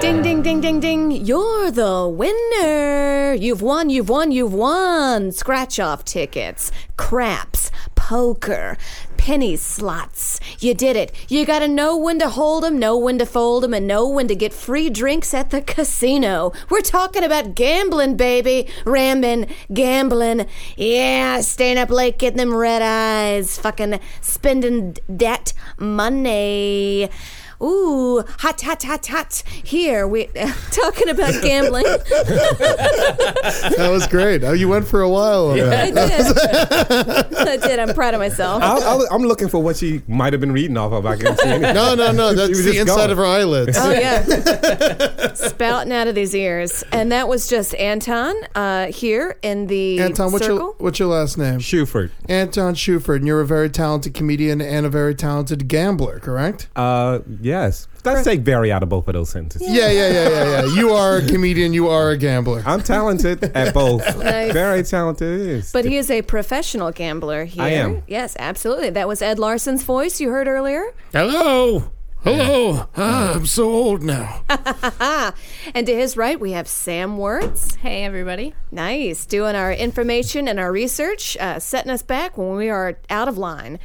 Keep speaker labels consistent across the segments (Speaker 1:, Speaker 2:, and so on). Speaker 1: Ding, ding, ding, ding, ding. You're the winner. You've won, you've won, you've won. Scratch off tickets, craps, poker, penny slots. You did it. You gotta know when to hold 'em, know when to fold 'em, and know when to get free drinks at the casino. We're talking about gambling, baby. Rambling, gambling. Yeah, staying up late, getting them red eyes, fucking spending debt money. Ooh, hot, hot, hot, hot. Here, we talking about gambling.
Speaker 2: That was great. Oh, you went for a while. on that.
Speaker 1: I did. I did. I'm proud of myself.
Speaker 3: I, I, was- I'm looking for what she might have been reading off of. I can't see anything.
Speaker 2: No, no, no. That's
Speaker 3: was
Speaker 2: the
Speaker 3: just
Speaker 2: inside
Speaker 3: gone.
Speaker 2: of her eyelids.
Speaker 1: Oh yeah, spouting out of these ears, and that was just Anton uh, here in the
Speaker 2: Anton, what's your
Speaker 1: circle.
Speaker 2: what's your last name?
Speaker 3: Shuford.
Speaker 2: Anton Schuford, and you're a very talented comedian and a very talented gambler, correct?
Speaker 3: Uh, yes. Let's take very out of both of those sentences.
Speaker 2: yeah, yeah, yeah, yeah, yeah. You are a comedian. You are a gambler.
Speaker 3: I'm talented at both.
Speaker 1: Nice.
Speaker 3: Very talented it is.
Speaker 1: But he is a professional gambler here.
Speaker 3: I am.
Speaker 1: Yes, absolutely. That was Ed Larson's voice you heard earlier.
Speaker 2: Hello. Hello. Ah, I'm so old now.
Speaker 1: And to his right, we have Sam Wirtz.
Speaker 4: Hey, everybody.
Speaker 1: Nice. Doing our information and our research, uh, setting us back when we are out of line.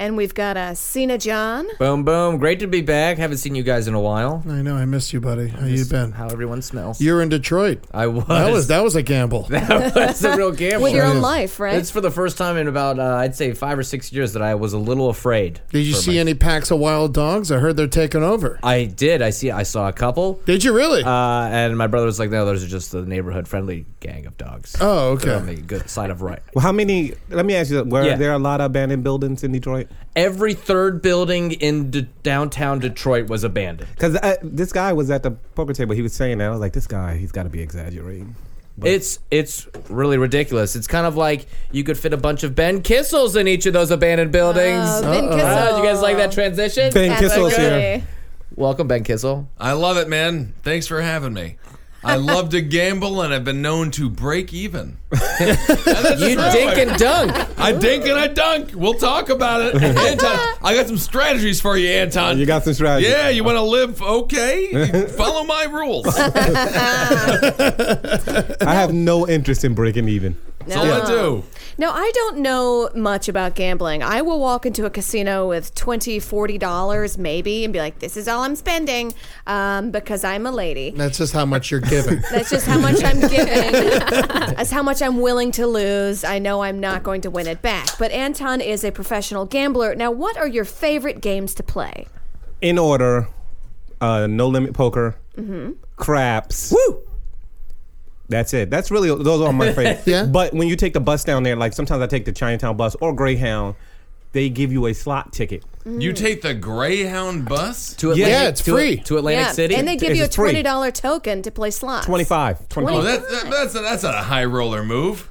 Speaker 1: And we've got uh, Cena John.
Speaker 5: Boom, boom. Great to be back. Haven't seen you guys in a while.
Speaker 2: I know. I missed you, buddy. How you been?
Speaker 5: How everyone smells.
Speaker 2: You're in Detroit.
Speaker 5: I was.
Speaker 2: That was that was a gamble.
Speaker 5: that was a real gamble.
Speaker 1: With your own life, right?
Speaker 5: It's for the first time in about, uh, I'd say, five or six years that I was a little afraid.
Speaker 2: Did you
Speaker 5: for
Speaker 2: see
Speaker 5: my-
Speaker 2: any packs of wild dogs? I heard they're taking over.
Speaker 5: I did. I see. I saw a couple.
Speaker 2: Did you really?
Speaker 5: Uh, and my brother was like, no, those are just the neighborhood friendly gang of dogs.
Speaker 2: oh,
Speaker 5: They're on
Speaker 2: okay.
Speaker 5: the good side of right.
Speaker 3: well, how many? Let me ask you, were
Speaker 5: Yeah.
Speaker 3: there a lot of abandoned buildings in Detroit?
Speaker 5: Every third building in d- downtown Detroit was abandoned.
Speaker 3: Because uh, this guy was at the poker table. He was saying that. I was like, this guy, he's got to be exaggerating.
Speaker 5: It's it's really ridiculous. It's kind of like you could fit a bunch of Ben Kissels in each of those abandoned buildings.
Speaker 1: Uh, ben
Speaker 2: Uh-oh.
Speaker 5: Wow, did you guys like that transition?
Speaker 3: Ben
Speaker 1: That's
Speaker 3: Kissel's
Speaker 1: good.
Speaker 3: here.
Speaker 5: Welcome, Ben Kissel.
Speaker 6: I love it, man. Thanks for having me. I love to gamble, and I've been known to break even.
Speaker 5: You dink and dunk.
Speaker 6: I dink and I dunk. We'll talk about it, Anton. I got some strategies for you, Anton.
Speaker 3: You got some strategy.
Speaker 6: Yeah, you want to live okay? Follow my rules. That's
Speaker 3: I have no interest in breaking even.
Speaker 6: all I do.
Speaker 1: Now, I don't know much about gambling. I will walk into a casino with $20, $40 maybe and be like, this is all I'm spending um, because I'm a lady.
Speaker 2: That's just how much you're giving.
Speaker 1: That's just how much I'm giving. That's how much I'm willing to lose. I know I'm not going to win it back. But Anton is a professional gambler. Now, what are your favorite games to play?
Speaker 3: In order, uh, no limit poker, craps. Woo! That's it. That's really those are my favorites.
Speaker 2: Yeah.
Speaker 3: But when you take the bus down there, like sometimes I take the Chinatown bus or Greyhound, they give you a slot ticket.
Speaker 6: You take the Greyhound bus?
Speaker 5: To Atlantic,
Speaker 2: Yeah, it's
Speaker 5: to-
Speaker 2: free.
Speaker 5: To, Atlantic
Speaker 1: yeah.
Speaker 5: City.
Speaker 1: And they give you a
Speaker 3: It's free.
Speaker 1: $20 token to play slots.
Speaker 3: 25. 25.
Speaker 6: Oh, that, that, that's, a, that's a high roller move.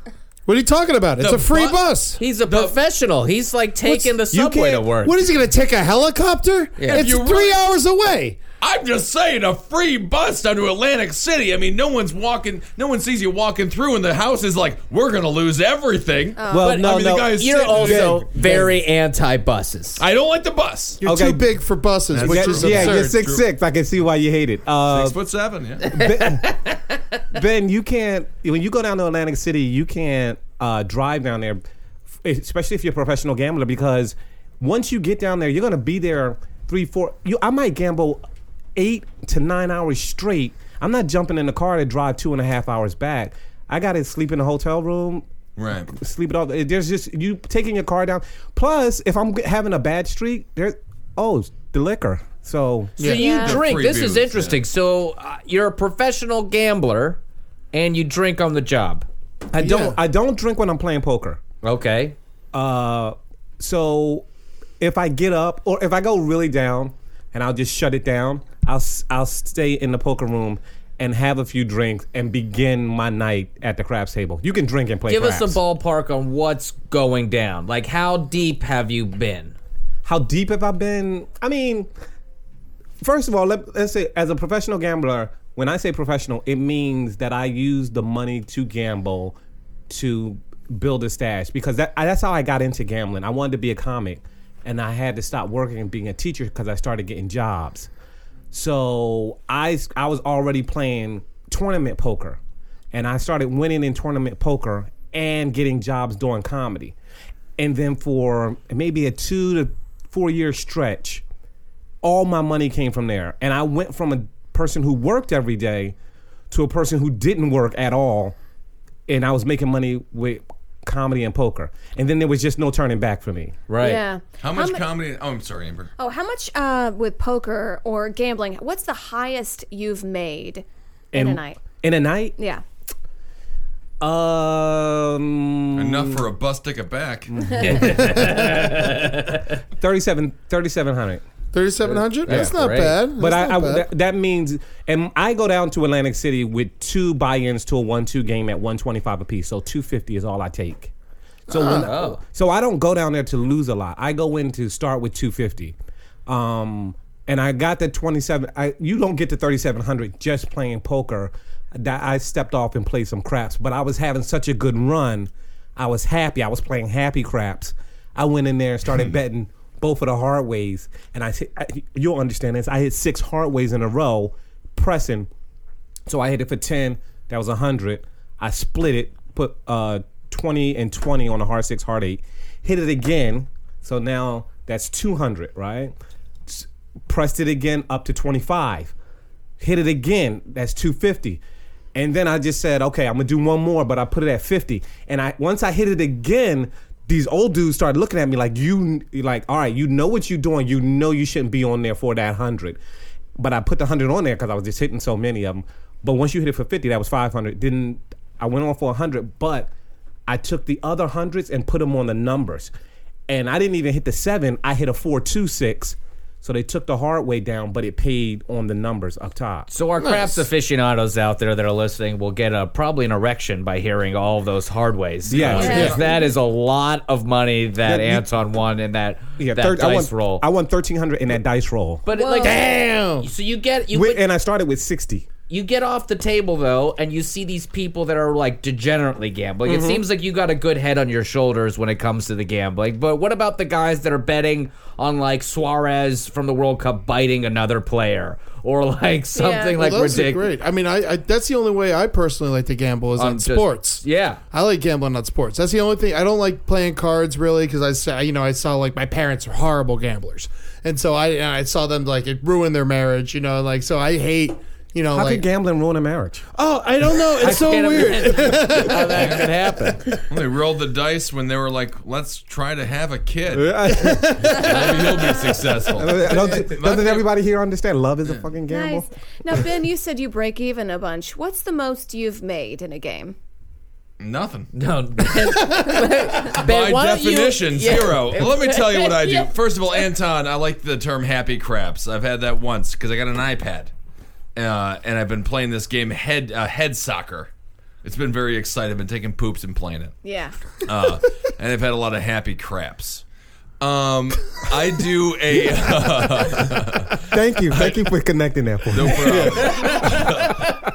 Speaker 2: What are you talking about? It's
Speaker 6: The
Speaker 2: a free
Speaker 6: bu-
Speaker 2: bus.
Speaker 5: He's a professional. He's like taking the
Speaker 3: What's- you
Speaker 5: subway to
Speaker 3: can't-
Speaker 5: work.
Speaker 2: What is he going to take a helicopter?
Speaker 5: Yeah.
Speaker 2: It's
Speaker 6: If you
Speaker 2: three
Speaker 6: really-
Speaker 2: hours away.
Speaker 6: I'm just saying, a free bus down to Atlantic City. I mean, no one's walking. No one sees you walking through, and the house is like, "We're gonna lose everything."
Speaker 3: Well,
Speaker 6: But,
Speaker 3: no,
Speaker 6: I mean,
Speaker 3: no.
Speaker 6: the guy's
Speaker 5: You're
Speaker 6: sitting-
Speaker 5: also very anti buses.
Speaker 6: I don't like the bus.
Speaker 2: You're
Speaker 3: Okay.
Speaker 2: too big for buses, which
Speaker 3: Yeah,
Speaker 2: is
Speaker 3: yeah,
Speaker 2: absurd.
Speaker 3: you're six six. I can see why you hate it. Uh,
Speaker 6: Six foot seven. Yeah.
Speaker 3: ben, you can't. When you go down to Atlantic City, you can't uh, drive down there, f- especially if you're a professional gambler, because once you get down there, you're gonna be there three, four. You, I might gamble eight to nine hours straight. I'm not jumping in the car to drive two and a half hours back. I got to sleep in a hotel room.
Speaker 6: Right.
Speaker 3: sleep it off. There's just you taking your car down. Plus, if I'm g- having a bad streak, there. Oh, the liquor. So
Speaker 5: So you
Speaker 1: Yeah.
Speaker 5: drink.
Speaker 6: Free
Speaker 5: This
Speaker 6: booze,
Speaker 5: is interesting. So uh, you're a professional gambler, and you drink on the job.
Speaker 3: I don't.
Speaker 2: Yeah.
Speaker 3: I don't drink when I'm playing poker.
Speaker 5: Okay.
Speaker 3: Uh, so if I get up or if I go really down, and I'll just shut it down. I'll s- I'll stay in the poker room. And have a few drinks and begin my night at the craps table. You can drink and play.
Speaker 5: Give us
Speaker 3: craps.
Speaker 5: a ballpark on what's going down. Like, how deep have you been?
Speaker 3: how deep have I been? I mean, first of all, let, let's say as a professional gambler, when I say professional, it means that I use the money to gamble to build a stash because that I- that's how I got into gambling. I wanted to be a comic, and I had to stop working and being a teacher because I started getting jobs. So I s- I was already playing tournament poker, and I started winning in tournament poker and getting jobs doing comedy. And then for maybe a two to four year stretch, all my money came from there. And I went from a person who worked every day to a person who didn't work at all. And I was making money with comedy and poker. And then there was just no turning back for me.
Speaker 5: Right.
Speaker 1: Yeah.
Speaker 6: How much
Speaker 1: mu-
Speaker 6: comedy? Oh, I'm sorry, Amber.
Speaker 1: Oh, how much uh, with poker or gambling? What's the highest you've made in a night?
Speaker 3: In a night?
Speaker 1: Yeah.
Speaker 3: Um,
Speaker 6: Enough for a bus ticket back.
Speaker 3: 37 3,700.
Speaker 2: 3,700? That's not
Speaker 5: great.
Speaker 2: bad. That's
Speaker 3: But I, I
Speaker 2: not bad.
Speaker 3: that, that means, and I go down to Atlantic City with two buy-ins to a one-two game at one twenty-five apiece. So two fifty is all I take. So when, so I don't go down there to lose a lot. I go in to start with two fifty, um, and I got the twenty-seven. I you don't get to thirty-seven hundred just playing poker. That I stepped off and played some craps, but I was having such a good run. I was happy. I was playing happy craps. I went in there and started betting both of the hard ways, and I, hit- I you'll understand this. I hit six hard ways in a row, pressing. So I hit it for ten. That was hundred. I split it, put uh twenty and twenty on a hard six, hard eight. Hit it again. So now that's two hundred, right? S- Pressed it again up to twenty five. Hit it again. That's two fifty. And then I just said, okay, I'm gonna do one more, but I put it at fifty. And I once I hit it again. These old dudes started looking at me like you, like all right, you know what you're doing. You know you shouldn't be on there for that hundred but I put the hundred on there because I was just hitting so many of them. But once you hit it for fifty, that was five hundred. Didn't I went on for hundred, but I took the other hundreds and put them on the numbers, and I didn't even hit the seven. I hit a four two six, so they took the hard way down, but it paid on the numbers up top.
Speaker 5: So our crafts aficionados out there that are listening will get a probably an erection by hearing all of those hard ways.
Speaker 3: Yeah.
Speaker 5: Uh,
Speaker 3: Yeah.
Speaker 5: because that is a lot of money that
Speaker 3: Yeah, you-
Speaker 5: Anton won in that that
Speaker 3: thir- I won,
Speaker 5: dice roll.
Speaker 3: I won thirteen hundred in that dice roll,
Speaker 5: but like,
Speaker 2: Damn.
Speaker 5: so you get you
Speaker 3: Wi-
Speaker 5: get-
Speaker 3: and I started with sixty.
Speaker 5: you get off the table though, and you see these people that are like degenerately gambling.
Speaker 3: Mm-hmm.
Speaker 5: It seems like you got a good head on your shoulders when it comes to the gambling. But what about the guys that are betting on like Suarez from the World Cup biting another player, or like
Speaker 1: Well,
Speaker 5: something like
Speaker 2: Well, those are
Speaker 5: ridiculous?
Speaker 2: great. I mean, I, I that's the only way I personally like to gamble is on,
Speaker 5: just-
Speaker 2: sports.
Speaker 5: Yeah.
Speaker 2: I like gambling on sports. That's the only thing. I don't like playing cards really because I saw, you know, I saw like my parents are horrible gamblers, and so I and I saw them like it ruined their marriage, you know, like so I hate, you know,
Speaker 3: How
Speaker 2: like
Speaker 3: could gambling ruin a marriage?
Speaker 2: oh, I don't know, it's so
Speaker 5: Can't
Speaker 2: weird.
Speaker 5: imagine how that could happen.
Speaker 6: Well, they rolled the dice when they were like, "Let's try to have a kid. Maybe you'll be successful."
Speaker 3: Don't, doesn't everybody here understand? Love is a fucking gamble.
Speaker 1: Nice. Now, Ben, you said you break even a bunch. What's the most you've made in a game?
Speaker 6: Nothing.
Speaker 5: No, Ben,
Speaker 6: By
Speaker 5: Ben, why don't you-
Speaker 6: definition,
Speaker 5: Yeah.
Speaker 6: zero. Let me tell you what I do.
Speaker 5: Yeah.
Speaker 6: First of all, Anton, I like the term happy craps. I've had that once because I got an iPad, uh, and I've been playing this game head uh, head soccer. It's been very exciting. I've been taking poops and playing it,
Speaker 1: Yeah.
Speaker 6: uh, and I've had a lot of happy craps. Um, I do a.
Speaker 3: Thank you. Thank you for connecting that for me.
Speaker 6: No problem.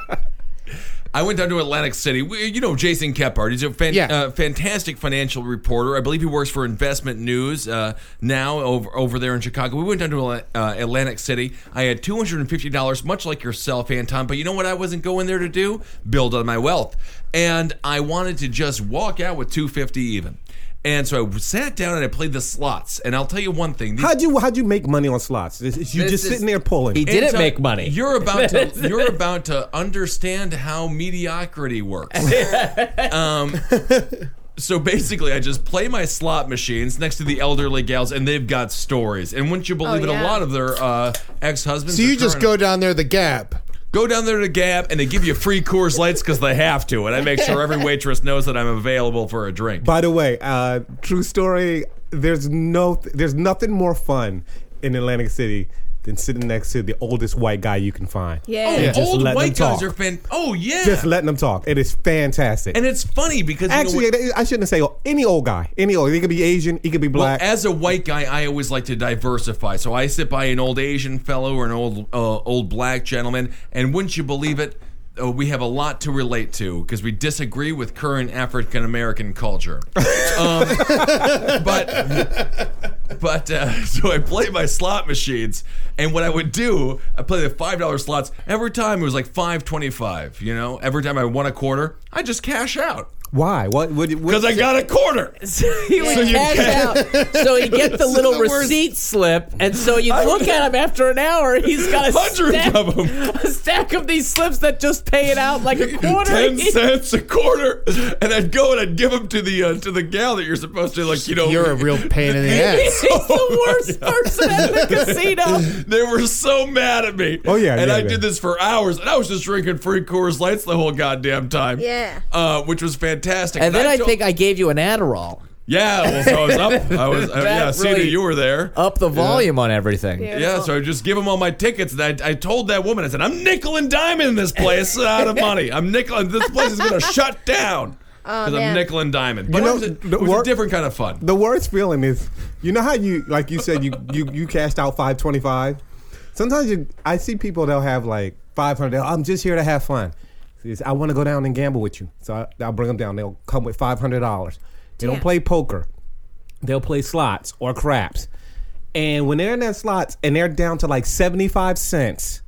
Speaker 6: I went down to Atlantic City. We, you know Jason Kephart. He's a fan,
Speaker 2: Yeah.
Speaker 6: uh, fantastic financial reporter. I believe he works for Investment News uh, now over over there in Chicago. We went down to Atla- uh, Atlantic City. I had two hundred and fifty dollars, much like yourself, Anton. But you know what? I wasn't going there to do build on my wealth, and I wanted to just walk out with two fifty even. And so I sat down and I played the slots. And I'll tell you one thing: these
Speaker 3: How'd you How'd you make money on slots? Is- is You
Speaker 5: This
Speaker 3: just
Speaker 5: is-
Speaker 3: sitting there pulling.
Speaker 5: He didn't
Speaker 6: Anton,
Speaker 5: make money.
Speaker 6: You're about to you're about to understand how mediocrity works. um, so basically, I just play my slot machines next to the elderly gals, and they've got stories. And wouldn't you believe it,
Speaker 1: yeah.
Speaker 6: a lot of their uh, ex husbands.
Speaker 2: So you just go down there the gap.
Speaker 6: go down there to Gap, and they give you free Coors Lights because they have to. And I make sure every waitress knows that I'm available for a drink.
Speaker 3: By the way, uh, true story. There's no, there's nothing more fun in Atlantic City than sitting next to the oldest white guy you can find.
Speaker 1: Yeah.
Speaker 6: oh,
Speaker 1: Yeah.
Speaker 3: Just
Speaker 6: old
Speaker 3: let
Speaker 6: white
Speaker 3: them
Speaker 6: guys
Speaker 3: talk.
Speaker 6: are fan. Oh yeah,
Speaker 3: Just letting them talk. It is fantastic.
Speaker 6: and it's funny because you know
Speaker 3: Actually,
Speaker 6: what-
Speaker 3: I shouldn't say oh, any old guy. Any old. He could be Asian. He could be
Speaker 6: Well,
Speaker 3: black.
Speaker 6: as a white guy, I always like to diversify. So I sit by an old Asian fellow or an old uh, old black gentleman, and wouldn't you believe it? Uh, we have a lot to relate to because we disagree with current African American culture. um, but but uh, so I play my slot machines, and what I would do, I play the five dollar slots every time. It was like five twenty five. You know, every time I won a quarter, I just cash out
Speaker 3: Why? What? What? what
Speaker 6: because I got a quarter.
Speaker 5: he would cash out. So he get the little
Speaker 6: the worst.
Speaker 5: receipt slip, and so you look at him after an hour. He's got a
Speaker 6: Hundreds
Speaker 5: stack,
Speaker 6: of 'em.
Speaker 5: a stack of these slips that just pay it out like a quarter.
Speaker 6: ten cents a quarter, and I'd go and I'd give them to the uh, to the gal that you're supposed to like. You know,
Speaker 2: You're a real pain in the
Speaker 5: He's
Speaker 2: ass.
Speaker 5: the worst person at the casino.
Speaker 6: They were so mad at me.
Speaker 3: Oh, yeah,
Speaker 6: and
Speaker 3: yeah,
Speaker 6: I
Speaker 3: yeah.
Speaker 6: did this for hours, and I was just drinking free Coors Lights the whole goddamn time.
Speaker 1: Yeah.
Speaker 6: uh, which was fantastic.
Speaker 5: And then I
Speaker 6: told-
Speaker 5: think I gave you an Adderall.
Speaker 6: yeah, well, so I was up. I was, uh,
Speaker 5: That
Speaker 6: yeah, Cena,
Speaker 5: really-
Speaker 6: you were there.
Speaker 5: Up the volume on everything.
Speaker 6: Yeah, so I just give them all my tickets, and I, I told that woman, I said, "I'm nickel and diamond this place uh, out of money. I'm nickel, and this place is gonna shut down because I'm
Speaker 1: Oh, man.
Speaker 6: nickel and diamond." But
Speaker 3: You know,
Speaker 6: it was, a,
Speaker 3: the
Speaker 6: it was a
Speaker 3: wor-
Speaker 6: different kind of fun.
Speaker 3: the worst feeling is, you know how you like you said you you you cashed out five twenty five. Sometimes you, I see people they'll have like five hundred. I'm just here to have fun. It's, I want to go down and gamble with you, so I, I'll bring them down. They'll come with five hundred dollars. They don't play poker. They'll play slots or craps. And when they're in that slots and they're down to like seventy five cents,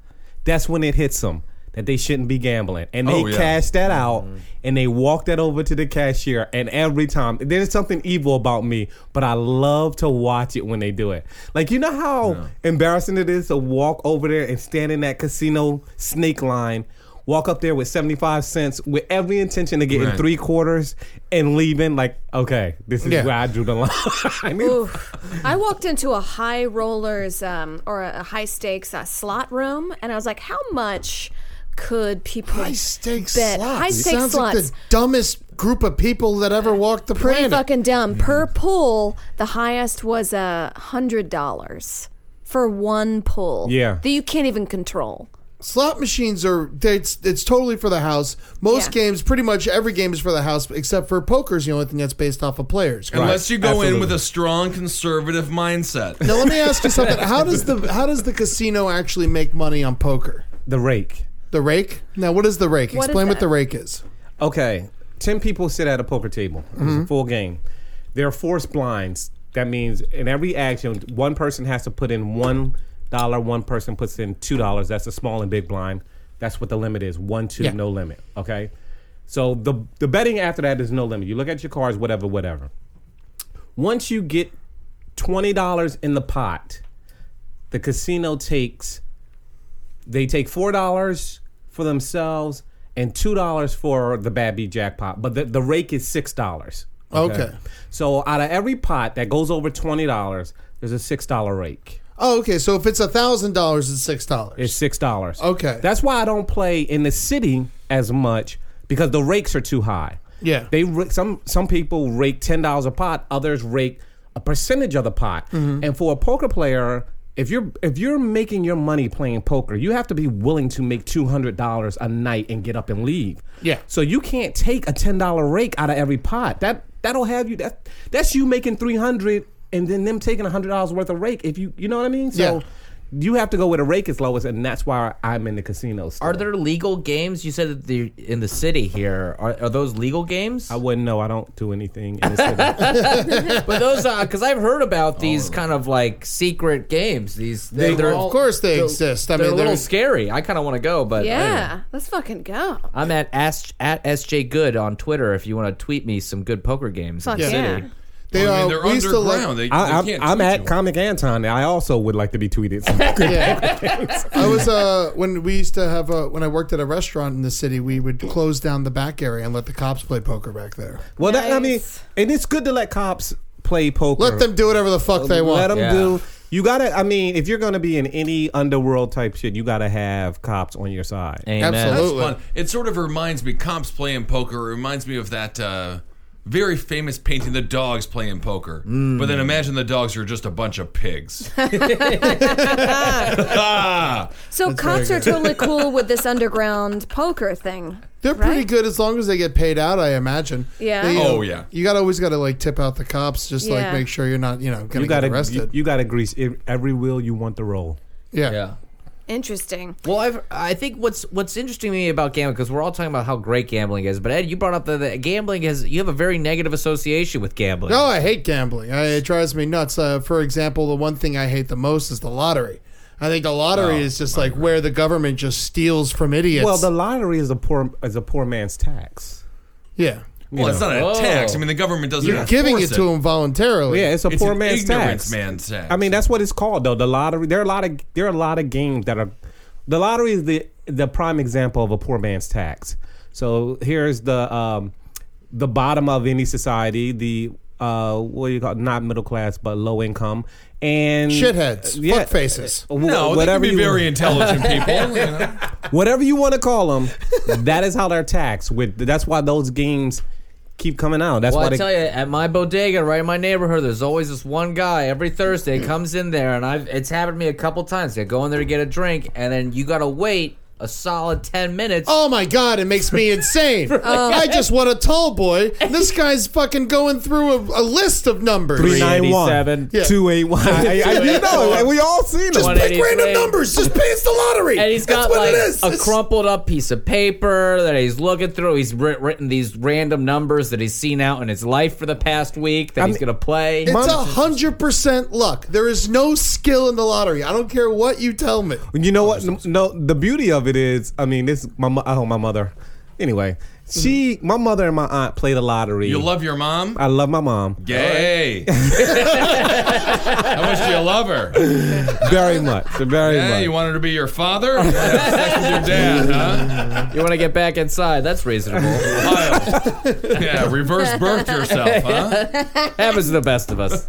Speaker 3: that's when it hits them that they shouldn't be gambling. And they
Speaker 6: Oh, yeah.
Speaker 3: cash that out and they walk that over to the cashier. And every time, there's something evil about me, but I love to watch it when they do it. Like, you know how embarrassing it is to walk over there and stand in that casino snake line, walk up there with 75 cents with every intention of getting
Speaker 6: Right.
Speaker 3: three quarters and leaving? Like, okay, this is
Speaker 2: Yeah.
Speaker 3: where I drew the line.
Speaker 1: I walked into a high rollers um, or a high stakes uh, slot room, and I was like, "How much could people
Speaker 2: High stakes
Speaker 1: bet?
Speaker 2: slots.
Speaker 1: High stakes
Speaker 2: Sounds
Speaker 1: slots."
Speaker 2: like the dumbest group of people that ever walked the
Speaker 1: Pretty
Speaker 2: planet.
Speaker 1: fucking dumb. Per pull, the highest was a hundred dollars for one pull.
Speaker 3: Yeah.
Speaker 1: that you can't even control.
Speaker 2: Slot machines are they- it's it's totally for the house. Most
Speaker 1: Yeah.
Speaker 2: games, pretty much every game is for the house, except for poker's the only thing that's based off of players. correct?
Speaker 6: Unless you go in
Speaker 3: absolutely.
Speaker 6: with a strong conservative mindset.
Speaker 2: Now let me ask you something. How does the how does the casino actually make money on poker?
Speaker 3: the rake.
Speaker 2: The rake? Now what is the rake?
Speaker 1: What is
Speaker 2: Explain what
Speaker 1: that?
Speaker 2: the rake is.
Speaker 3: Okay, ten people sit at a poker table. It's a full game. There are forced blinds. That means in every action, one person has to put in one dollar. One person puts in two dollars. That's the small and big blind. That's what the limit is. One, two,
Speaker 2: Yeah.
Speaker 3: no limit. Okay. So the the betting after that is no limit. You look at your cards, whatever, whatever. Once you get twenty dollars in the pot, the casino takes they take four dollars for themselves and two dollars for the bad beat jackpot. But the, the rake is six dollars.
Speaker 2: Okay.
Speaker 3: So out of every pot that goes over twenty dollars, there's a six dollar rake.
Speaker 2: Oh, okay. So if it's a thousand dollars, it's six dollars.
Speaker 3: It's six dollars.
Speaker 2: Okay.
Speaker 3: That's why I don't play in the city as much because the rakes are too high.
Speaker 2: Yeah.
Speaker 3: They ra- some some people rake ten dollars a pot. Others rake a percentage of the pot. And for a poker player, if you're if you're making your money playing poker, you have to be willing to make two hundred dollars a night and get up and leave.
Speaker 2: Yeah.
Speaker 3: So you can't take a ten dollar rake out of every pot. That that'll have you. That that's you making three hundred and then them taking hundred dollars worth of rake. If you you know what I mean, so
Speaker 2: Yeah.
Speaker 3: you have to go where the rake is lowest, and that's why I'm in the casinos.
Speaker 5: Are there legal games? You said that the in the city here are, are those legal games?
Speaker 3: I wouldn't know. I don't do anything in the city.
Speaker 5: but those are because I've heard about these kind of like secret games. These
Speaker 2: They- of course they exist. I
Speaker 5: they're
Speaker 2: mean,
Speaker 5: a little
Speaker 2: they're-
Speaker 5: scary. I kind of want to go, but
Speaker 1: Yeah, let's fucking go.
Speaker 5: I'm at ask, at sj good on Twitter. If you want to tweet me some good poker games,
Speaker 1: Fuck
Speaker 5: in the
Speaker 1: yeah.
Speaker 5: city.
Speaker 2: They
Speaker 6: I mean,
Speaker 2: are.
Speaker 6: they're
Speaker 2: We used to like.
Speaker 6: underground. They- they
Speaker 3: I, I'm,
Speaker 6: can't
Speaker 3: I'm
Speaker 6: tweet
Speaker 3: at
Speaker 6: you.
Speaker 3: Comic Anton. I also would like to be tweeted.
Speaker 2: Yeah. I was uh when we used to have a when I worked at a restaurant in the city, we would close down the back area and let the cops play poker back there.
Speaker 3: well, that I mean,
Speaker 1: Nice.
Speaker 3: and it's good to let cops play poker.
Speaker 2: Let them do whatever the fuck they want.
Speaker 3: Let them
Speaker 5: Yeah.
Speaker 3: do. You gotta. I mean, if you're gonna be in any underworld type shit, you gotta have cops on your side.
Speaker 5: Amen.
Speaker 6: That's
Speaker 2: Absolutely.
Speaker 6: fun. It sort of reminds me, comps playing poker it reminds me of that uh, very famous painting, The Dogs Playing Poker. But
Speaker 2: Mm.
Speaker 6: then imagine the dogs are just a bunch of pigs. Ah!
Speaker 1: So cops are totally cool with this underground poker thing.
Speaker 2: They're pretty
Speaker 1: Right?
Speaker 2: good as long as they get paid out, I imagine.
Speaker 1: Yeah.
Speaker 2: They, you
Speaker 6: Oh,
Speaker 2: know,
Speaker 6: yeah.
Speaker 2: You got to always got to like tip out the cops, just
Speaker 1: Yeah.
Speaker 2: like make sure you're not, you know, gonna
Speaker 3: You
Speaker 2: get
Speaker 3: gotta.
Speaker 2: arrested.
Speaker 3: You, you gotta grease ev- every wheel you want to roll.
Speaker 2: yeah.
Speaker 5: yeah.
Speaker 1: Interesting.
Speaker 5: Well, I've, I think what's what's interesting to me about gambling because we're all talking about how great gambling is, but Ed, you brought up that that gambling has you have a very negative association with gambling.
Speaker 2: No, Oh, I hate gambling. I, it drives me nuts. Uh, for example, the one thing I hate the most is the lottery. I think the lottery
Speaker 6: Oh,
Speaker 2: is just like where the government just steals from idiots.
Speaker 3: well, the lottery is a poor is a poor man's tax.
Speaker 2: yeah,
Speaker 6: Well, it's not a
Speaker 5: Whoa.
Speaker 6: tax. I mean, the government doesn't.
Speaker 2: you're giving it
Speaker 6: enforce
Speaker 2: to them voluntarily.
Speaker 3: Yeah, it's a
Speaker 6: It's
Speaker 3: poor
Speaker 6: an
Speaker 3: man's
Speaker 6: ignorance
Speaker 3: tax.
Speaker 6: man's tax.
Speaker 3: I mean, that's what it's called though. The lottery. There are a lot of there are a lot of games that are. The lottery is the the prime example of a poor man's tax. So here's the um, the bottom of any society. The uh, what do you call it? not middle class but low income and uh,
Speaker 2: shitheads,
Speaker 3: Yeah.
Speaker 2: fuck faces.
Speaker 3: Wh-
Speaker 6: No, they can be
Speaker 3: you
Speaker 6: very intelligent people. you know?
Speaker 3: whatever you want to call them, that is how they're taxed. With that's why those games keep coming out. That's
Speaker 5: Well,
Speaker 3: why
Speaker 5: I
Speaker 3: they,
Speaker 5: tell you, at my bodega, right in my neighborhood, there's always this one guy every Thursday
Speaker 2: Mm.
Speaker 5: comes in there, and I've it's happened to me a couple times. I go in there to get a drink, and then you gotta wait a solid ten minutes.
Speaker 2: Oh my god, it makes me insane. I just want a tall boy. This guy's fucking going through a, a list of numbers.
Speaker 3: Three nine one
Speaker 5: 387.
Speaker 3: two eight one. I- I- You know, we all seen
Speaker 2: Just
Speaker 3: them.
Speaker 2: pick
Speaker 5: 183.
Speaker 2: random numbers. Just pay it's the lottery.
Speaker 5: And he's
Speaker 2: That's
Speaker 5: got
Speaker 2: what
Speaker 5: like
Speaker 2: it is.
Speaker 5: a
Speaker 2: It's-
Speaker 5: crumpled up piece of paper that he's looking through. He's writ- written these random numbers that he's seen out in his life for the past week that he's gonna play.
Speaker 2: It's a hundred percent luck. There is no skill in the lottery. I don't care what you tell me.
Speaker 3: You know what? No, the beauty of it is, I mean, this my mo- oh my mother. Anyway, she, my mother and my aunt played the lottery.
Speaker 6: You love your mom?
Speaker 3: I love my mom
Speaker 6: Gay. How much do you love her?
Speaker 3: very much, very
Speaker 6: Yeah,
Speaker 3: much.
Speaker 6: you want her to be your father? Have sex with your dad, huh?
Speaker 5: You want to get back inside? That's reasonable.
Speaker 6: Wild. Yeah, reverse birthed yourself, huh?
Speaker 5: Happens to the best of us.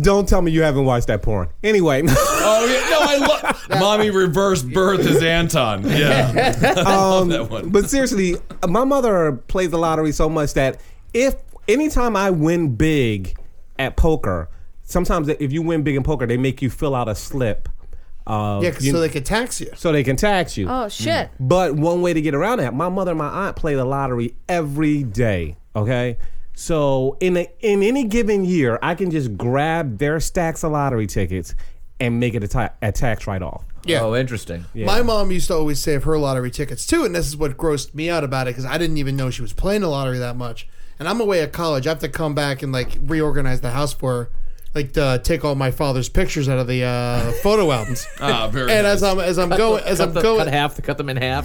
Speaker 3: Don't tell me you haven't watched that porn. Anyway,
Speaker 6: Oh yeah, no, I love. Mommy reverse birth is Anton. Yeah,
Speaker 3: um,
Speaker 6: that one.
Speaker 3: but seriously, my mother plays the lottery so much that if anytime I win big at poker, sometimes if you win big in poker, they make you fill out a slip. Uh,
Speaker 2: Yeah, 'cause
Speaker 3: you-
Speaker 2: so they could tax you.
Speaker 3: so they can tax you.
Speaker 1: Oh shit.
Speaker 3: But one way to get around that, my mother and my aunt play the lottery every day. Okay. So in a, in any given year, I can just grab their stacks of lottery tickets and make it a, ta- a tax write off.
Speaker 2: Yeah.
Speaker 5: Oh, interesting.
Speaker 2: My mom used to always save her lottery tickets too, and this is what grossed me out about it because I didn't even know she was playing the lottery that much. And I'm away at college. I have to come back and like reorganize the house for her, like uh, take all my father's pictures out of the uh, photo albums.
Speaker 6: Ah, very
Speaker 2: and
Speaker 6: nice.
Speaker 2: as I'm as I'm going as
Speaker 5: Oh, cut,
Speaker 2: I'm
Speaker 5: the-
Speaker 2: going
Speaker 5: cut half, cut them in half.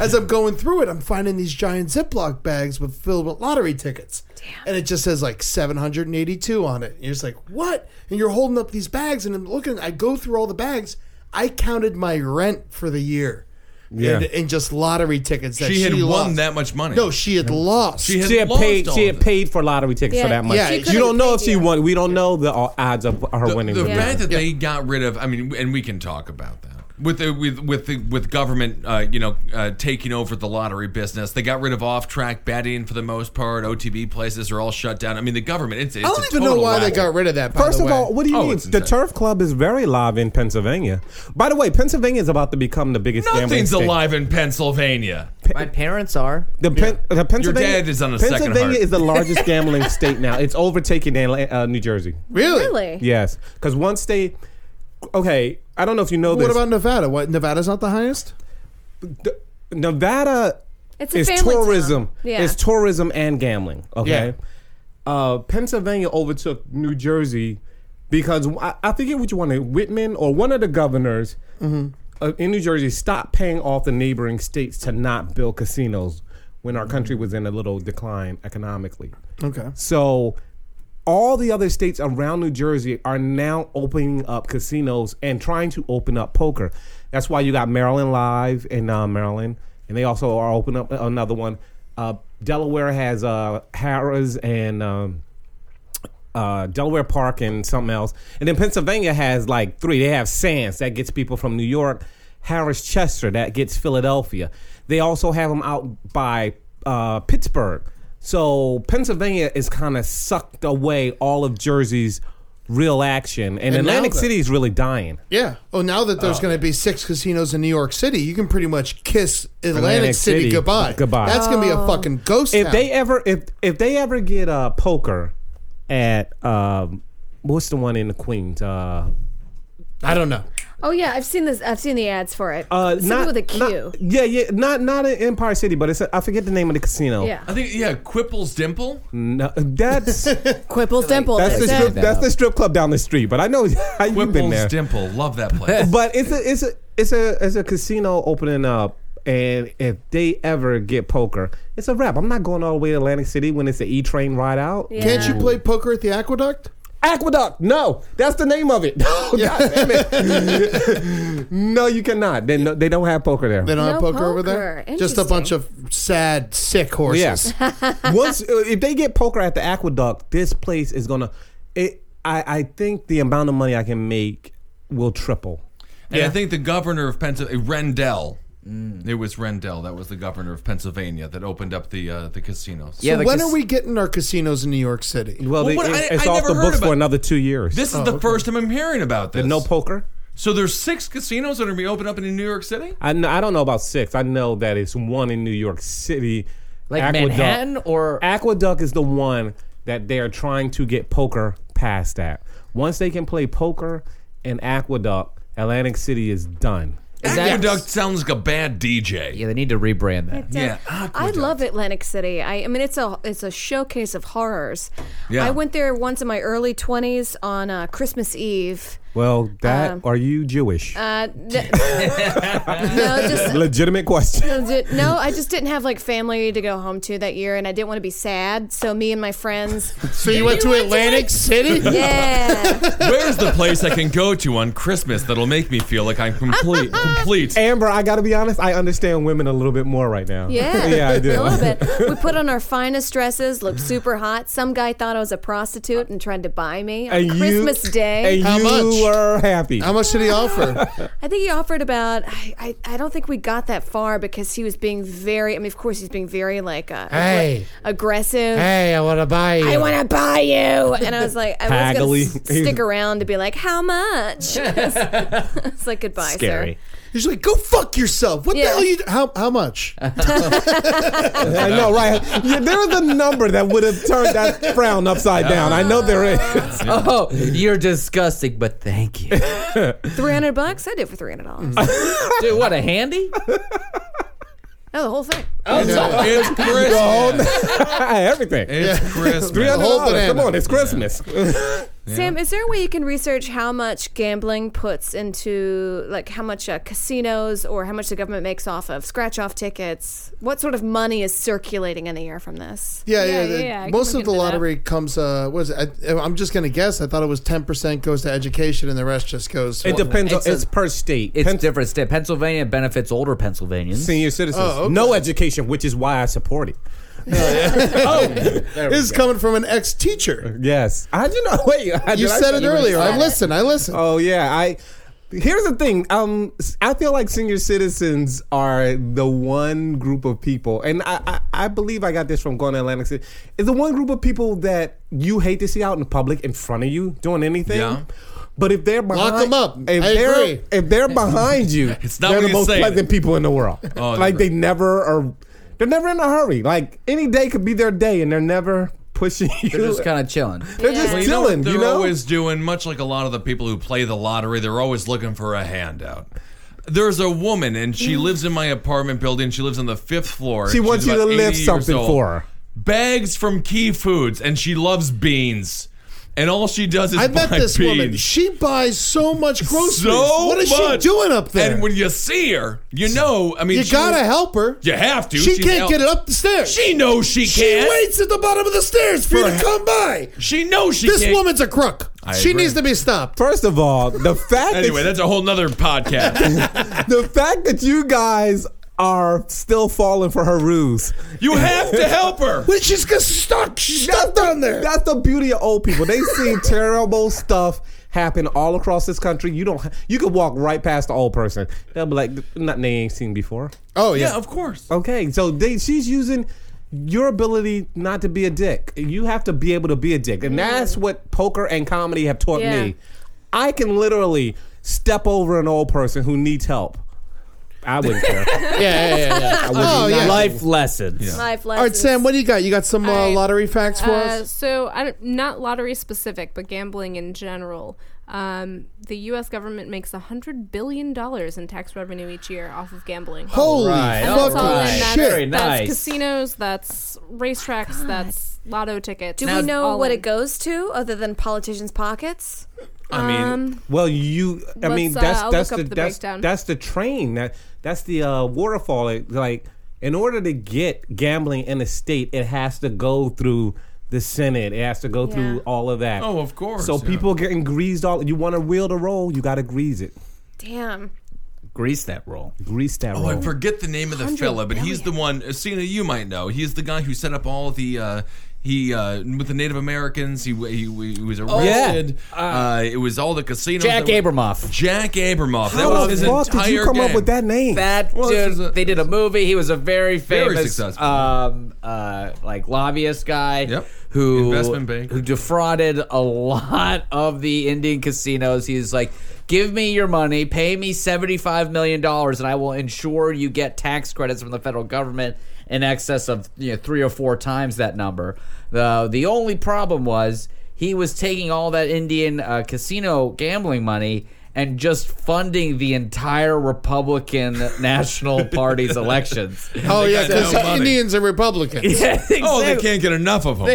Speaker 2: as I'm going through it, I'm finding these giant Ziploc bags with filled with lottery tickets. And it just says like 782 on it. And you're just like, what? And you're holding up these bags, and I'm looking. I go through all the bags. I counted my rent for the year.
Speaker 3: Yeah.
Speaker 2: And, and just lottery tickets that
Speaker 6: she
Speaker 2: she
Speaker 6: had won
Speaker 2: lost.
Speaker 6: that much money.
Speaker 2: No, she had lost.
Speaker 6: She had-
Speaker 3: She had
Speaker 6: Lost
Speaker 3: paid.
Speaker 6: all
Speaker 3: She
Speaker 6: of
Speaker 3: had
Speaker 6: it.
Speaker 3: paid for lottery tickets for
Speaker 1: Yeah,
Speaker 3: that much.
Speaker 2: yeah, she
Speaker 3: you
Speaker 1: could've
Speaker 3: don't know
Speaker 1: paid
Speaker 3: if she
Speaker 1: you.
Speaker 3: won. We don't know the uh, odds of her
Speaker 6: the,
Speaker 3: winning.
Speaker 6: the
Speaker 3: Yeah.
Speaker 6: fact that they got rid of. I mean, and we can talk about that. with the with with the, with government, uh, you know, uh, taking over the lottery business. They got rid of off-track betting for the most part. OTB places are all shut down. I mean, the government. It's, it's
Speaker 2: I don't even know why they got rid of that. by
Speaker 3: First
Speaker 2: the
Speaker 3: of
Speaker 2: way.
Speaker 3: all, what do you
Speaker 6: Oh,
Speaker 3: mean?
Speaker 6: it's
Speaker 3: The
Speaker 6: insane.
Speaker 3: Turf Club is very live in Pennsylvania. By the way, Pennsylvania is about to become the biggest gambling
Speaker 6: Nothing's
Speaker 3: state.
Speaker 6: alive in Pennsylvania.
Speaker 5: My parents are.
Speaker 3: The, Pen- the Pennsylvania
Speaker 6: dad is on a second
Speaker 3: Pennsylvania
Speaker 6: heart.
Speaker 3: is the largest gambling state now. It's overtaking Atla- uh, New Jersey.
Speaker 2: really?
Speaker 1: Really?
Speaker 3: Yes, because once they, okay, I don't know if you know
Speaker 2: What
Speaker 3: this.
Speaker 2: about Nevada? What Nevada's not the highest?
Speaker 3: The- Nevada
Speaker 1: It's a
Speaker 3: is
Speaker 1: family town.
Speaker 3: tourism.
Speaker 1: Yeah.
Speaker 3: It's tourism and gambling. Okay.
Speaker 6: Yeah.
Speaker 3: Uh, Pennsylvania overtook New Jersey because I, I forget which one, Whitman or one of the governors uh, in New Jersey stopped paying off the neighboring states to not build casinos when our country was in a little decline economically.
Speaker 2: Okay.
Speaker 3: So all the other states around New Jersey are now opening up casinos and trying to open up poker. That's why you got Maryland Live in uh, Maryland, and they also are opening up another one. Uh, Delaware has uh, Harrah's and um, uh, Delaware Park and something else. And then Pennsylvania has like three. They have Sands that gets people from New York, Harris Chester that gets Philadelphia. They also have them out by uh, Pittsburgh. So Pennsylvania is kind of sucked away all of Jersey's real action, and,
Speaker 2: now
Speaker 3: Atlantic
Speaker 2: that-
Speaker 3: City is really dying.
Speaker 2: Yeah. Oh, now that there's going to be six casinos in New York City, you can pretty much kiss Atlantic,
Speaker 3: Atlantic
Speaker 2: City,
Speaker 3: City.
Speaker 2: goodbye.
Speaker 3: Goodbye.
Speaker 2: That's going to be a fucking
Speaker 1: Oh.
Speaker 2: ghost
Speaker 3: If
Speaker 2: town.
Speaker 3: they ever, if if they ever get uh, poker at um, what's the one in the Queens? Uh,
Speaker 2: I don't know.
Speaker 1: Oh yeah, I've seen this. I've seen the ads for it.
Speaker 3: uh,
Speaker 1: Something with a Q.
Speaker 3: not- yeah, yeah, not not in Empire City, but it's I forget the name of the casino.
Speaker 1: yeah.
Speaker 6: I think yeah, Quipple's Dimple.
Speaker 3: No, that's that's
Speaker 1: Quipple dimple.
Speaker 3: the
Speaker 1: that's
Speaker 3: strip,
Speaker 1: it.
Speaker 3: that's the strip club down the street. But I know how you've been
Speaker 6: Quipple's
Speaker 3: there.
Speaker 6: Dimple. Love that place.
Speaker 3: But it's a it's a it's a it's a casino opening up, and if they ever get poker, it's a wrap. I'm not going all the way to Atlantic City when it's an E train ride out.
Speaker 2: Can't you play poker at the aqueduct?
Speaker 3: Aqueduct. No, that's the name of it. No, God damn it. no, you cannot. They no, they don't have poker there.
Speaker 2: They don't
Speaker 1: No
Speaker 2: have poker, over there.
Speaker 1: poker.
Speaker 2: Just a bunch of sad, sick horses.
Speaker 3: Yes. Once uh, if they get poker at the aqueduct, this place is gonna. It. I I think the amount of money I can make will triple.
Speaker 6: And I think the governor of Pennsylvania, Rendell. Mm. It was Rendell that was the governor of Pennsylvania that opened up the uh, the casinos.
Speaker 5: Yeah, the
Speaker 2: when
Speaker 5: cas-
Speaker 2: are we getting our casinos in New York City?
Speaker 3: Well,
Speaker 6: Well,
Speaker 3: they-
Speaker 6: what-
Speaker 3: it-
Speaker 6: I-
Speaker 3: it's
Speaker 6: I
Speaker 3: off the
Speaker 6: never heard
Speaker 3: books for
Speaker 6: about-
Speaker 3: another two years.
Speaker 6: This is the first time I'm hearing about this.
Speaker 3: no poker.
Speaker 6: so there's six casinos that are going to be opened up in New York City.
Speaker 3: I know, I don't know about six. I know that it's one in New York City.
Speaker 5: Like Manhattan or-
Speaker 3: Aqueduct is the one that they are trying to get poker past at. Once they can play poker and Aqueduct, Atlantic City is done.
Speaker 5: Is that-
Speaker 6: Aqueduct sounds like a bad DJ.
Speaker 5: Yeah, they need to rebrand that.
Speaker 6: Yeah,
Speaker 1: I love Atlantic City. I, I mean, it's a it's a showcase of horrors.
Speaker 6: Yeah.
Speaker 1: I went there once in my early twenties on uh, Christmas Eve.
Speaker 3: Well, that
Speaker 5: Um,
Speaker 3: are you Jewish?
Speaker 1: Uh, th- no, just
Speaker 3: Legitimate question.
Speaker 1: Did- no, I just didn't have like family to go home to that year, and I didn't want to be sad. So me and my friends,
Speaker 2: So you went to Atlantic City?
Speaker 1: yeah,
Speaker 6: Where's the place I can go to on Christmas that'll make me feel like I'm complete? Complete.
Speaker 3: Amber, I gotta be honest. I understand women a little bit more right now.
Speaker 1: yeah,
Speaker 3: yeah, I
Speaker 1: a
Speaker 3: do.
Speaker 1: little bit. We put on our finest dresses, looked super hot. Some guy thought I was a prostitute and tried to buy me on
Speaker 3: And you-
Speaker 1: Christmas Day.
Speaker 3: and
Speaker 2: How
Speaker 3: you
Speaker 2: much?
Speaker 3: were happy.
Speaker 2: How much did he offer?
Speaker 1: I think he offered about. I, I I don't think we got that far because he was being very. I mean, of course, he's being very like uh,
Speaker 2: Hey.
Speaker 1: aggressive.
Speaker 2: hey, I want to buy you.
Speaker 1: I want to buy you, and I was like, I was
Speaker 3: Haggly.
Speaker 1: going to stick around to be like, how much? it's like goodbye, sir.
Speaker 3: Scary.
Speaker 2: He's like, go fuck yourself. What
Speaker 1: Yeah.
Speaker 2: the hell you? How how much?
Speaker 3: I know, right? Yeah, there is a number that would have turned that frown upside down. I know there is.
Speaker 5: Oh, you're disgusting, but thank you.
Speaker 1: Three hundred bucks? I did for three hundred dollars. oh,
Speaker 5: Dude, what a handy?
Speaker 1: the whole thing.
Speaker 6: It's Christmas.
Speaker 3: Oh, Everything.
Speaker 6: It's
Speaker 3: Three
Speaker 6: Christmas.
Speaker 3: hundred
Speaker 2: whole
Speaker 3: dollars. Come
Speaker 2: banana.
Speaker 3: on, it's Christmas.
Speaker 1: Sam, is there a way you can research how much gambling puts into, like, how much uh, casinos or how much the government makes off of scratch-off tickets? What sort of money is circulating in the air from this?
Speaker 2: Yeah, yeah.
Speaker 4: Yeah,
Speaker 2: the-
Speaker 4: yeah, I can
Speaker 2: most
Speaker 4: look
Speaker 2: of
Speaker 4: into
Speaker 2: the
Speaker 4: that.
Speaker 2: lottery comes. Uh, what is it? I, I'm just gonna guess. I thought it was 10% goes to education and the rest just goes.
Speaker 3: It depends. on,
Speaker 5: It's a-
Speaker 3: it's per state.
Speaker 5: It's
Speaker 3: Pen-
Speaker 5: different. State. Pennsylvania benefits older Pennsylvanians.
Speaker 3: Senior citizens,
Speaker 2: Oh, okay. Oh,
Speaker 3: no education, which is why I support it. Oh.
Speaker 2: This is coming from an ex-teacher.
Speaker 3: Yes, I did not. Wait, I,
Speaker 2: You
Speaker 3: did I
Speaker 2: said
Speaker 3: say-
Speaker 2: it earlier. I listened. I listened.
Speaker 3: Oh yeah, I Here's the thing. Um, s- I feel like senior citizens are the one group of people, and I, I, I believe I got this from going to Atlantic City. Is the one group of people that you hate to see out in public in front of you doing anything.
Speaker 6: Yeah.
Speaker 3: But if they're behind,
Speaker 2: 'em up.
Speaker 3: If
Speaker 2: I
Speaker 3: they're
Speaker 2: agree.
Speaker 3: if they're behind you,
Speaker 6: It's not
Speaker 3: they're
Speaker 6: what
Speaker 3: the
Speaker 6: you
Speaker 3: most
Speaker 6: say.
Speaker 3: pleasant people in the world.
Speaker 6: Oh,
Speaker 3: like they never are. They're never in a hurry. Like any day could be their day, and they're never pushing you.
Speaker 5: They're
Speaker 6: uh,
Speaker 5: just kind of chilling.
Speaker 3: They're just
Speaker 6: Well, know what
Speaker 3: chilling.
Speaker 6: they're
Speaker 3: you know?
Speaker 6: always doing much like a lot of the people who play the lottery. They're always looking for a handout. There's a woman, and
Speaker 2: Mm.
Speaker 6: she lives in my apartment building. She lives on the fifth floor.
Speaker 3: She wants
Speaker 6: She's
Speaker 3: you to
Speaker 6: about
Speaker 3: lift
Speaker 6: 80 years
Speaker 3: something
Speaker 6: old.
Speaker 3: for her.
Speaker 6: Bags from Key Foods, and she loves beans. And all she does is
Speaker 2: I met
Speaker 6: buy
Speaker 2: this
Speaker 6: beans.
Speaker 2: woman. She buys so much groceries.
Speaker 6: so
Speaker 2: what is
Speaker 6: much.
Speaker 2: she doing up there?
Speaker 6: And when you see her, you know. I mean,
Speaker 2: you
Speaker 6: she-
Speaker 2: gotta help her.
Speaker 6: You have to.
Speaker 2: She
Speaker 6: She's
Speaker 2: can't
Speaker 6: out-
Speaker 2: get it up the stairs.
Speaker 6: She knows she
Speaker 2: She
Speaker 6: can't.
Speaker 2: waits at the bottom of the stairs for you to
Speaker 3: For-
Speaker 2: come by.
Speaker 6: She knows she
Speaker 2: This
Speaker 6: can't.
Speaker 2: woman's a crook.
Speaker 6: I
Speaker 2: she
Speaker 6: agree.
Speaker 2: needs to be stopped.
Speaker 3: First of all, the fact
Speaker 6: Anyway,
Speaker 3: that
Speaker 6: that's a whole nother podcast.
Speaker 3: the fact that you guys are still falling for her ruse.
Speaker 6: you have to help her.
Speaker 2: Wait, she's got stuck. She's stuck down there.
Speaker 3: That's the beauty of old people. They see terrible stuff happen all across this country. You don't. You could walk right past the old person. They'll be like, nothing they ain't seen before.
Speaker 2: oh
Speaker 6: Yeah,
Speaker 2: yeah.
Speaker 6: of course.
Speaker 3: Okay, so they, she's using your ability not to be a dick. You have to be able to be a dick,
Speaker 2: Mm.
Speaker 3: and that's what poker and comedy have taught
Speaker 1: Yeah.
Speaker 3: me. I can literally step over an old person who needs help. I wouldn't care.
Speaker 2: Yeah, yeah, yeah. yeah. oh yeah.
Speaker 4: Life lessons.
Speaker 1: Life
Speaker 2: All right,
Speaker 1: lessons.
Speaker 2: Sam. What do you got? You got some uh,
Speaker 7: I-
Speaker 2: lottery facts for
Speaker 7: Uh,
Speaker 2: us?
Speaker 7: so, I don't, not lottery specific, but gambling in general. Um, the U.S. government makes hundred billion dollars in tax revenue each year off of gambling.
Speaker 2: Holy
Speaker 4: Right,
Speaker 7: And that's
Speaker 2: fucking
Speaker 7: all in that.
Speaker 2: shit!
Speaker 4: Very
Speaker 7: That's
Speaker 4: nice.
Speaker 7: casinos. That's racetracks. That's lotto tickets.
Speaker 1: Do we know what it goes to other than politicians' pockets?
Speaker 6: I mean,
Speaker 3: well, you. I
Speaker 7: Um, Let's,
Speaker 3: mean,
Speaker 7: uh,
Speaker 3: that's
Speaker 7: I'll
Speaker 3: that's
Speaker 7: look
Speaker 3: the,
Speaker 7: up the
Speaker 3: that's
Speaker 7: breakdown.
Speaker 3: that's the train that that's the uh, waterfall. It, like, in order to get gambling in a state, it has to go through the Senate. It has to go through all of that.
Speaker 6: Oh, of course,
Speaker 3: So
Speaker 6: yeah.
Speaker 3: people getting greased all. You want to wheel to roll? You got to grease it.
Speaker 1: Damn.
Speaker 4: Grease that roll.
Speaker 3: Grease that
Speaker 6: Oh,
Speaker 3: roll.
Speaker 6: I forget the name of the fella, but he's the one. uh, Cena, you might know. He's the guy who set up all the. Uh, he uh, with the Native Americans. He he, he was arrested. Uh, it was all the casinos.
Speaker 5: Oh, Jack
Speaker 6: that were-
Speaker 5: Abramoff.
Speaker 6: Jack Abramoff. That
Speaker 3: How
Speaker 6: was
Speaker 3: the fuck
Speaker 6: his entire
Speaker 3: did you come up
Speaker 6: game.
Speaker 3: with that name?
Speaker 5: That
Speaker 6: Well, this is
Speaker 5: dude,
Speaker 6: a-
Speaker 5: they did a movie. He was a very
Speaker 6: Very
Speaker 5: famous,
Speaker 6: successful.
Speaker 5: um, uh, like lobbyist guy.
Speaker 6: Yep.
Speaker 5: Who
Speaker 6: Investment bank.
Speaker 5: who defrauded a lot of the Indian casinos. He's like, give me your money, pay me seventy five million dollars, and I will ensure you get tax credits from the federal government in excess of you know three or four times that number. The the only problem was he was taking all that Indian uh, casino gambling money. And just funding the entire Republican National Party's elections.
Speaker 2: Oh yeah,
Speaker 6: got
Speaker 2: because
Speaker 6: no money.
Speaker 2: Indians are Republicans.
Speaker 6: Oh, they can't get enough of him.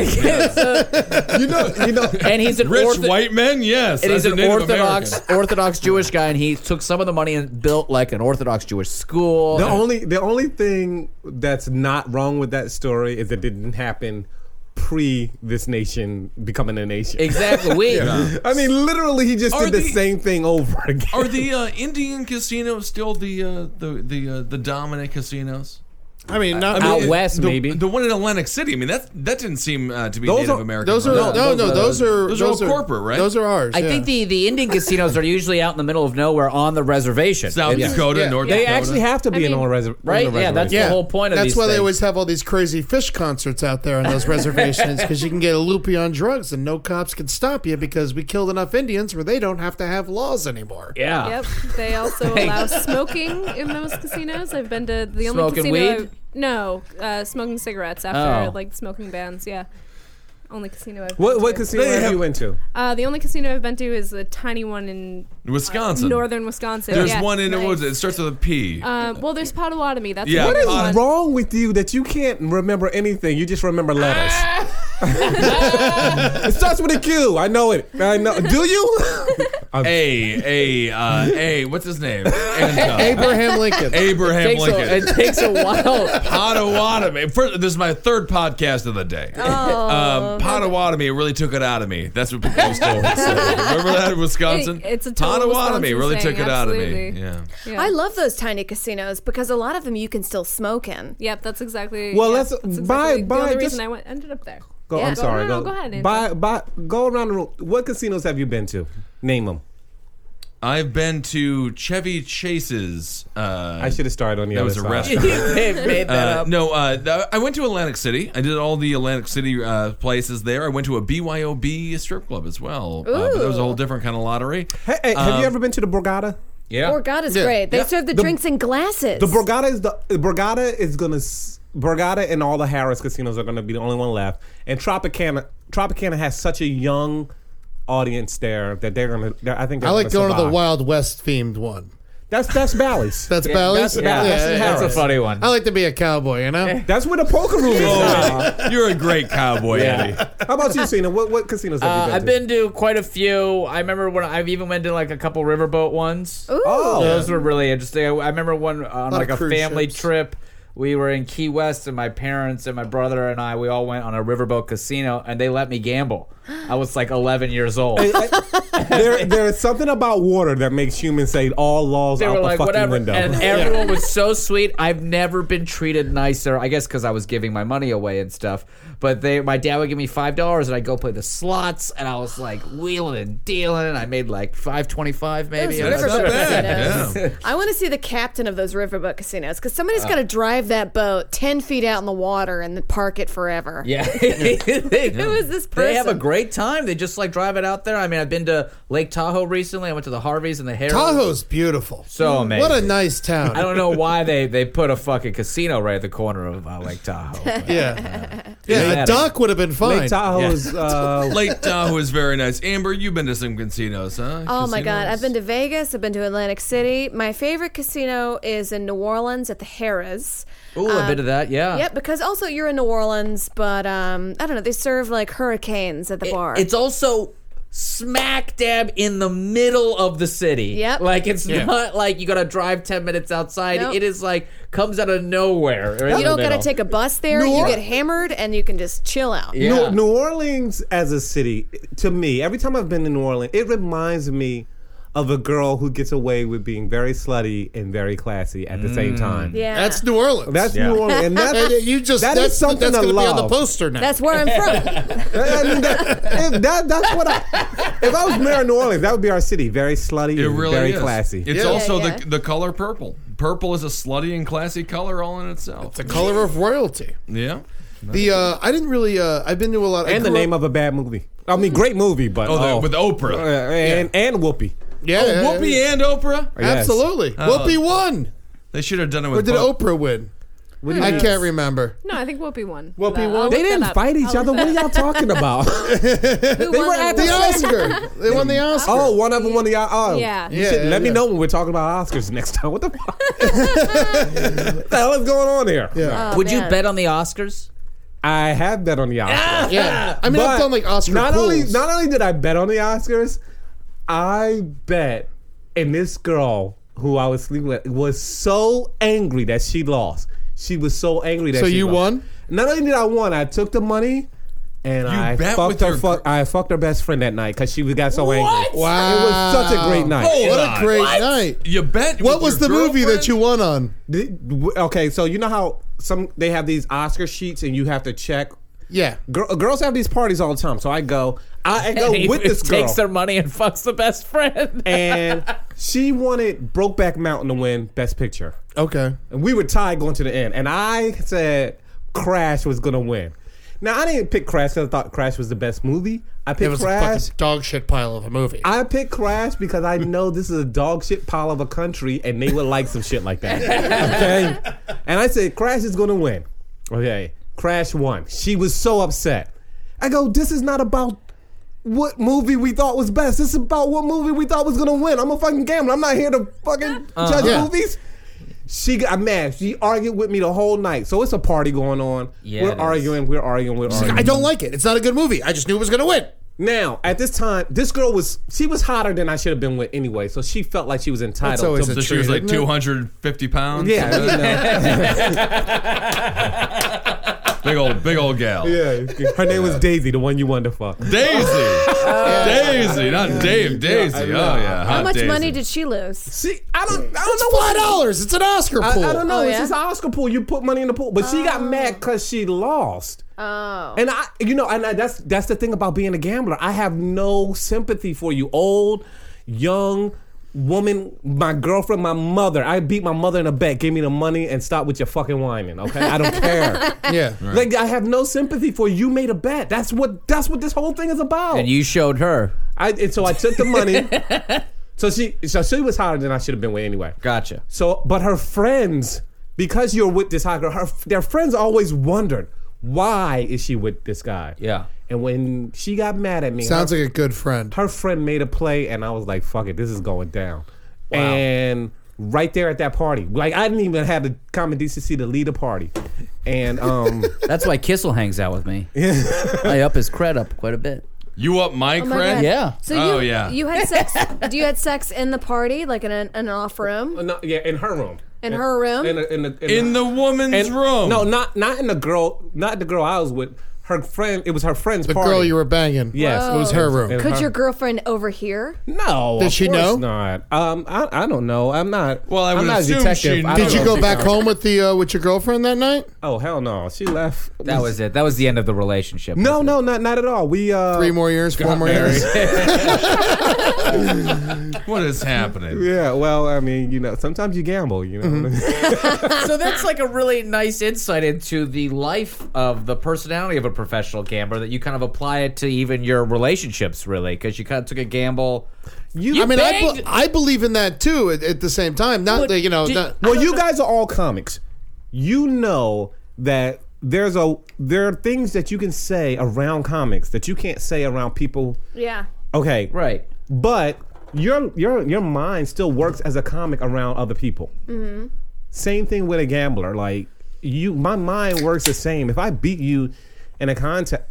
Speaker 3: you know, you know.
Speaker 5: and he's an
Speaker 6: Rich
Speaker 5: ortho-
Speaker 6: white men, yes.
Speaker 5: And he's
Speaker 6: that's a
Speaker 5: an
Speaker 6: Native
Speaker 5: Orthodox
Speaker 6: American.
Speaker 5: Orthodox Jewish guy, and he took some of the money and built like an Orthodox Jewish school.
Speaker 3: The
Speaker 5: And-
Speaker 3: only the only thing that's not wrong with that story is it didn't happen pre this nation becoming a nation.
Speaker 5: exactly. We
Speaker 3: I mean, literally, he just
Speaker 6: Are
Speaker 3: did the,
Speaker 6: the-
Speaker 3: same thing over again.
Speaker 6: Are the uh, Indian casinos still the uh, the the uh, the dominant casinos?
Speaker 2: I mean, not,
Speaker 5: out
Speaker 6: it-
Speaker 5: west,
Speaker 6: the,
Speaker 5: maybe.
Speaker 6: the one in Atlantic City. I mean, that that didn't seem uh, to be
Speaker 3: Those
Speaker 6: Native
Speaker 3: are-
Speaker 6: American.
Speaker 2: Those are
Speaker 6: money.
Speaker 2: no, no, Those are
Speaker 6: Those are all corporate, right?
Speaker 2: Those are ours.
Speaker 5: I think the, the Indian casinos are usually out in the middle of nowhere on the reservation.
Speaker 6: South
Speaker 5: It's-
Speaker 6: Dakota,
Speaker 2: Yeah.
Speaker 6: Oh, North
Speaker 3: they
Speaker 6: Dakota.
Speaker 3: actually have to be
Speaker 7: I
Speaker 3: in
Speaker 7: mean-
Speaker 3: on, reser-
Speaker 5: Right?
Speaker 3: on the
Speaker 5: Yeah, that's-
Speaker 3: reservation.
Speaker 5: the whole point of
Speaker 2: That's
Speaker 5: these
Speaker 2: why they
Speaker 5: things.
Speaker 2: always have all these crazy fish concerts out there on those reservations because you can get a loopy on drugs and no cops can stop you because we killed enough Indians where they don't have to have laws anymore.
Speaker 5: Yeah.
Speaker 7: Yep. They also allow smoking in those casinos. I've been to the only
Speaker 5: Smoking
Speaker 7: casino.
Speaker 5: weed?
Speaker 7: I- no, uh, smoking cigarettes after
Speaker 5: Oh.
Speaker 7: like smoking bans. Yeah. Only casino I've
Speaker 3: What
Speaker 7: been
Speaker 3: what
Speaker 7: to.
Speaker 3: casino
Speaker 6: They
Speaker 3: have,
Speaker 6: have-
Speaker 3: you went to?
Speaker 7: Uh, the only casino I've been to is a tiny one in
Speaker 6: Wisconsin.
Speaker 7: northern Wisconsin.
Speaker 6: There's
Speaker 7: Yeah,
Speaker 6: one in
Speaker 7: nice.
Speaker 6: what was it? It starts with a P.
Speaker 7: Um, well, there's Potawatomi. That's
Speaker 6: Yeah.
Speaker 7: the
Speaker 3: What
Speaker 7: big
Speaker 3: is
Speaker 6: Uh,
Speaker 7: one.
Speaker 3: wrong with you that you can't remember anything? You just remember letters. it starts with a Q. I know it. I know. Do you?
Speaker 6: A A uh, A. What's his name? And, uh,
Speaker 2: Abraham Lincoln.
Speaker 6: Abraham
Speaker 5: Takes a,
Speaker 6: Lincoln.
Speaker 5: it takes a while.
Speaker 6: Potawatomi. First, this is my third podcast of the day.
Speaker 7: Oh,
Speaker 6: um, Potawatomi really took it out of me. That's what people used to always say. Remember that in Wisconsin?
Speaker 7: It- it's a total
Speaker 6: Potawatomi
Speaker 7: Wisconsin
Speaker 6: really
Speaker 7: saying,
Speaker 6: took it out of me.
Speaker 7: absolutely.
Speaker 6: Yeah.
Speaker 7: Yeah.
Speaker 1: I love those tiny casinos because a lot of them you can still smoke in.
Speaker 7: Yep, that's exactly.
Speaker 3: Well,
Speaker 7: yeah,
Speaker 3: let's-
Speaker 7: that's exactly the
Speaker 3: by- by
Speaker 7: only
Speaker 3: just-
Speaker 7: reason I went, ended up there.
Speaker 3: Go,
Speaker 1: Yeah,
Speaker 3: I'm
Speaker 1: go-
Speaker 3: sorry.
Speaker 7: no, no, go ahead, Andrew.
Speaker 3: By, by, go around the room. What casinos have you been to? Name them.
Speaker 6: I've been to Chevy Chase's. Uh,
Speaker 3: I should have started on the
Speaker 6: That
Speaker 3: other
Speaker 6: was a
Speaker 3: side.
Speaker 6: restaurant.
Speaker 5: They made that
Speaker 6: Uh,
Speaker 5: up.
Speaker 6: no, uh, th- I went to Atlantic City. I did all the Atlantic City uh, places there. I went to a BYOB strip club as well. Uh, but that was a whole different kind of lottery.
Speaker 3: Hey, hey, have
Speaker 6: Um,
Speaker 3: you ever been to the Borgata?
Speaker 5: Yeah.
Speaker 1: Borgata's
Speaker 6: Yeah.
Speaker 1: great. They
Speaker 6: Yeah.
Speaker 1: serve the,
Speaker 3: The-
Speaker 1: drinks in glasses.
Speaker 3: The Borgata is the the Borgata is gonna s- Borgata and all the Harris casinos are gonna be the only one left. And Tropicana Tropicana has such a young audience there that they're gonna. They're, I think
Speaker 2: I
Speaker 3: they're
Speaker 2: like
Speaker 3: gonna
Speaker 2: going to the
Speaker 3: survive.
Speaker 2: Wild West themed one.
Speaker 3: That's that's Bally's.
Speaker 2: That's Bally's.
Speaker 5: That's, yeah, that's, that's a
Speaker 3: Harris.
Speaker 5: funny one.
Speaker 2: I like to be a cowboy, you know?
Speaker 3: that's where the poker room is. now.
Speaker 6: Oh, you're a great cowboy, Andy.
Speaker 3: How about you, Cena? What what casinos have
Speaker 5: Uh,
Speaker 3: you been
Speaker 5: I've
Speaker 3: to?
Speaker 5: been to quite a few. I remember when I've even went to like a couple riverboat ones.
Speaker 3: Oh,
Speaker 5: Those were really interesting. I, I remember one uh, on
Speaker 2: lot
Speaker 5: like a
Speaker 2: of cruise
Speaker 5: family
Speaker 2: ships.
Speaker 5: trip. We were in Key West, and my parents and my brother and I, we all went on a riverboat casino, and they let me gamble. I was like 11 years old.
Speaker 3: there there is something about water that makes humans say all laws
Speaker 5: They
Speaker 3: out
Speaker 5: were
Speaker 3: the
Speaker 5: like,
Speaker 3: fucking
Speaker 5: whatever.
Speaker 3: window.
Speaker 5: And everyone was so sweet. I've never been treated nicer. I guess because I was giving my money away and stuff. But they, my dad would give me five dollars, and I would go play the slots, and I was like wheeling and dealing, and I made like five twenty-five maybe.
Speaker 1: Those
Speaker 5: I'm
Speaker 1: riverboat
Speaker 5: not sure.
Speaker 1: casinos.
Speaker 6: Yeah.
Speaker 1: I want to see the captain of those riverboat casinos because somebody's got to drive that boat ten feet out in the water and then park it forever.
Speaker 5: Yeah. Who
Speaker 1: is this
Speaker 5: They have a
Speaker 1: person?
Speaker 5: great time. They just like drive it out there. I mean, I've been to Lake Tahoe recently. I went to the Harveys and the Harris.
Speaker 2: Tahoe's beautiful.
Speaker 5: So amazing.
Speaker 2: What a nice town.
Speaker 5: I don't know why they, they put a fucking casino right at the corner of uh, Lake Tahoe. but-
Speaker 2: Yeah.
Speaker 5: Yeah.
Speaker 2: Yeah, a dock would have been fine.
Speaker 3: Lake Tahoe is uh,
Speaker 6: Lake Tahoe is very nice. Amber, you've been to some casinos, huh?
Speaker 1: Oh my God!
Speaker 6: Casinos?
Speaker 1: I've been to Vegas. I've been to Atlantic City. My favorite casino is in New Orleans at the Harrah's.
Speaker 5: Ooh, a bit of that, yeah.
Speaker 1: Um, Yep, because also you're in New Orleans, but um, I don't know. They serve like hurricanes at the bar.
Speaker 5: It's also smack dab in the middle of the city.
Speaker 1: Yep.
Speaker 5: Like it's not like you gotta drive ten minutes outside.
Speaker 1: Nope.
Speaker 5: It is like comes out of nowhere. or in
Speaker 1: you
Speaker 5: the
Speaker 1: don't got
Speaker 5: middle.
Speaker 1: to take a bus there.
Speaker 3: New
Speaker 1: you
Speaker 3: Or-
Speaker 1: get hammered and you can just chill out.
Speaker 5: Yeah.
Speaker 3: New, New Orleans as a city, to me, every time I've been to New Orleans, it reminds me of a girl who gets away with being very slutty and very classy at the same time.
Speaker 1: Yeah.
Speaker 2: That's New Orleans.
Speaker 3: That's New Orleans. And that,
Speaker 2: Mm. And you just
Speaker 3: That is
Speaker 2: that's
Speaker 3: something
Speaker 2: that's
Speaker 3: to
Speaker 2: gonna be on
Speaker 3: love.
Speaker 2: the poster now.
Speaker 1: That's where I'm from.
Speaker 3: I mean, that, if that- that's what I. If I was mayor of New Orleans, that would be our city. Very slutty
Speaker 6: It
Speaker 3: and
Speaker 6: really
Speaker 3: very
Speaker 6: is.
Speaker 3: classy.
Speaker 6: It's
Speaker 2: Yeah.
Speaker 6: also
Speaker 1: Yeah, yeah.
Speaker 6: the the color purple. Purple is a slutty and classy color all in itself.
Speaker 2: the color of royalty.
Speaker 6: yeah.
Speaker 2: The uh, I didn't really. Uh, I've been to a lot. I
Speaker 3: and the
Speaker 2: grew
Speaker 3: name
Speaker 2: up,
Speaker 3: of a bad movie. I mean, great movie, but.
Speaker 6: Oh, the- with Oprah.
Speaker 3: Uh, and, and Whoopi.
Speaker 2: yeah,
Speaker 6: Oh,
Speaker 2: yeah,
Speaker 6: Whoopi
Speaker 2: yeah.
Speaker 6: and Oprah.
Speaker 3: Yes.
Speaker 2: absolutely.
Speaker 3: Uh-huh.
Speaker 2: Whoopi won.
Speaker 6: They should have done it with.
Speaker 2: Or did
Speaker 6: both.
Speaker 2: Oprah win?
Speaker 3: What do you
Speaker 2: I
Speaker 3: mean?
Speaker 2: can't remember.
Speaker 7: No, I think Whoopi won.
Speaker 2: Whoopi
Speaker 7: I'll
Speaker 2: won?
Speaker 7: look
Speaker 3: They
Speaker 7: that
Speaker 3: didn't
Speaker 7: up.
Speaker 3: fight each
Speaker 7: I'll
Speaker 3: other.
Speaker 7: look
Speaker 3: What are
Speaker 7: that
Speaker 3: y'all talking about?
Speaker 1: Who won
Speaker 3: were at
Speaker 2: The
Speaker 1: Olympics?
Speaker 2: Oscar. they won the Oscar.
Speaker 3: oh, one of them won the. Oh,
Speaker 7: Yeah.
Speaker 3: You
Speaker 2: Yeah,
Speaker 3: should
Speaker 2: yeah,
Speaker 3: let me
Speaker 2: yeah.
Speaker 3: know when we're talking about Oscars next time. What the fuck? what the hell is going on here? Uh,
Speaker 2: Yeah.
Speaker 5: Would you
Speaker 1: Oh, man.
Speaker 5: bet on the Oscars?
Speaker 3: I have bet on the Oscars.
Speaker 2: yeah. I mean, I've
Speaker 3: But
Speaker 2: done like Oscar
Speaker 3: Not only
Speaker 2: pools.
Speaker 3: not only did I bet on the Oscars, I bet, and this girl who I was sleeping with was so angry that she lost. She was so angry that
Speaker 2: So
Speaker 3: she
Speaker 2: you
Speaker 3: lost.
Speaker 2: won?
Speaker 3: Not only did I won, I took the money. And I
Speaker 6: bet
Speaker 3: fucked
Speaker 6: with
Speaker 3: her.
Speaker 6: your
Speaker 3: Fuck,
Speaker 6: gr-
Speaker 3: I fucked her best friend that night because she was- got so angry.
Speaker 2: Wow.
Speaker 3: It was such a great night.
Speaker 2: Oh, what a great night.
Speaker 6: You bet.
Speaker 2: What
Speaker 6: with
Speaker 2: was the
Speaker 6: your
Speaker 2: movie that
Speaker 6: girlfriend?
Speaker 2: you won on?
Speaker 3: The- w- Okay, so you know how some they have these Oscar sheets and you have to check.
Speaker 2: Yeah.
Speaker 3: Gir- girls have these parties all the time, so I go. I, I go
Speaker 5: And he
Speaker 3: with this girl.
Speaker 5: takes their money and fucks the best friend.
Speaker 3: and she wanted Brokeback Mountain to win Best Picture.
Speaker 2: Okay.
Speaker 3: And we were tied going to the end. And I said Crash was going to win. Now, I didn't pick Crash because I thought Crash was the best movie. I
Speaker 2: It
Speaker 3: picked
Speaker 2: was a
Speaker 3: Crash.
Speaker 2: fucking dog shit pile of a movie.
Speaker 3: I picked Crash because I know this is a dog shit pile of a country and they would like some shit like that. Okay? And I said, Crash is going to win. Okay. Crash won. She was so upset. I go, this is not about what movie we thought was best. This is about what movie we thought was going to win. I'm a fucking gambler. I'm not here to fucking
Speaker 5: Uh-huh.
Speaker 3: judge
Speaker 2: Yeah.
Speaker 3: movies. She got mad. She argued with me the whole night. So it's a party going on.
Speaker 5: Yeah,
Speaker 3: we're
Speaker 5: it is.
Speaker 3: arguing. We're arguing. We're arguing.
Speaker 2: I don't like it. It's not a good movie. I just knew it was going to win.
Speaker 3: Now, at this time, this girl was she was hotter than I should have been with anyway, so she felt like she was entitled
Speaker 2: That's always
Speaker 3: to
Speaker 2: a
Speaker 6: So she was like
Speaker 2: Isn't it?
Speaker 6: 250 pounds.
Speaker 3: Yeah, you know.
Speaker 6: Big old, big old gal.
Speaker 3: yeah. Her name was Daisy, the one you wanted to fuck.
Speaker 6: Daisy. Daisy, not Dave. Daisy.
Speaker 3: I
Speaker 6: Oh
Speaker 3: know.
Speaker 6: yeah.
Speaker 1: How
Speaker 6: hot
Speaker 1: much
Speaker 6: Daisy.
Speaker 1: money did she lose?
Speaker 3: See, I don't I don't
Speaker 2: It's
Speaker 3: know what
Speaker 2: five dollars. It's an Oscar
Speaker 3: I,
Speaker 2: pool.
Speaker 3: I don't know.
Speaker 1: Oh,
Speaker 3: it's
Speaker 1: yeah?
Speaker 3: just an Oscar pool. You put money in the pool, but she got mad because she lost.
Speaker 1: Oh.
Speaker 3: And I, you know, and I, that's that's the thing about being a gambler. I have no sympathy for you, old, young, woman, my girlfriend, my mother. I beat my mother in a bet. Give me the money and stop with your fucking whining. Okay, I don't care.
Speaker 2: Yeah.
Speaker 3: Like I have no sympathy for you. Made a bet. That's what. That's what this whole thing is about.
Speaker 5: And you showed her.
Speaker 3: I, and so I took the money. so she, so she was hotter than I should have been with anyway.
Speaker 5: Gotcha.
Speaker 3: So, but her friends, because you're with this hot girl, her, their friends always wondered why is she with this guy.
Speaker 5: Yeah.
Speaker 3: And when she got mad at me,
Speaker 2: Sounds
Speaker 3: her,
Speaker 2: like a good friend.
Speaker 3: her friend made a play, and I was like, "Fuck it, this is going down." And right there at that party, like I didn't even have the common decency to lead a party, and um.
Speaker 5: That's why Kissel hangs out with me. I up his cred up quite a bit.
Speaker 6: You up my
Speaker 1: Oh my God.
Speaker 6: cred?
Speaker 5: Yeah.
Speaker 1: So you
Speaker 6: Oh, yeah.
Speaker 1: you had sex? do you had sex in the party, like in an, an off room?
Speaker 3: Uh, No, yeah, in her room.
Speaker 1: In her room?
Speaker 3: In, the- in, the,
Speaker 6: In the woman's
Speaker 3: and-
Speaker 6: room.
Speaker 3: No, not not in the girl. Not the girl I was with. Her friend. It was her friend's
Speaker 2: The
Speaker 3: party.
Speaker 2: girl you were banging.
Speaker 3: Yes,
Speaker 2: It was her room.
Speaker 3: It-
Speaker 1: Could
Speaker 3: Huh?
Speaker 1: your girlfriend overhear?
Speaker 3: No,
Speaker 2: Did
Speaker 3: of
Speaker 2: she
Speaker 3: course
Speaker 2: know?
Speaker 3: Not. Um, I, I don't know. I'm not.
Speaker 6: Well, I
Speaker 3: I'm
Speaker 6: would
Speaker 3: not a
Speaker 6: assume
Speaker 3: detective.
Speaker 6: she
Speaker 3: I don't
Speaker 2: Did you
Speaker 3: know
Speaker 2: go
Speaker 3: if
Speaker 2: back
Speaker 3: she-
Speaker 2: home with the uh, with your girlfriend that night?
Speaker 3: Oh hell no, she left.
Speaker 5: That was it. That was the end of the relationship.
Speaker 3: No, no, not not at all. We uh,
Speaker 2: Three more years, four more years.
Speaker 6: What is happening?
Speaker 3: Yeah, well, I mean, you know, sometimes you gamble, you know.
Speaker 2: Mm-hmm.
Speaker 5: so that's like a really nice insight into the life of the personality of a professional gambler that you kind of apply it to even your relationships, really, because you kind of took a gamble.
Speaker 3: You
Speaker 2: I mean, I,
Speaker 5: banged-
Speaker 2: be- I believe in that too. At, at the same time, not that you know.
Speaker 5: did-
Speaker 2: not,
Speaker 3: Well, you guys are all comics. You know that there's a there are things that you can say around comics that you can't say around people.
Speaker 7: Yeah.
Speaker 3: Okay,
Speaker 5: Right.
Speaker 3: But your your your mind still works as a comic around other people.
Speaker 5: Mm-hmm.
Speaker 3: Same thing with a gambler. Like you, my mind works the same. If I beat you in a contest,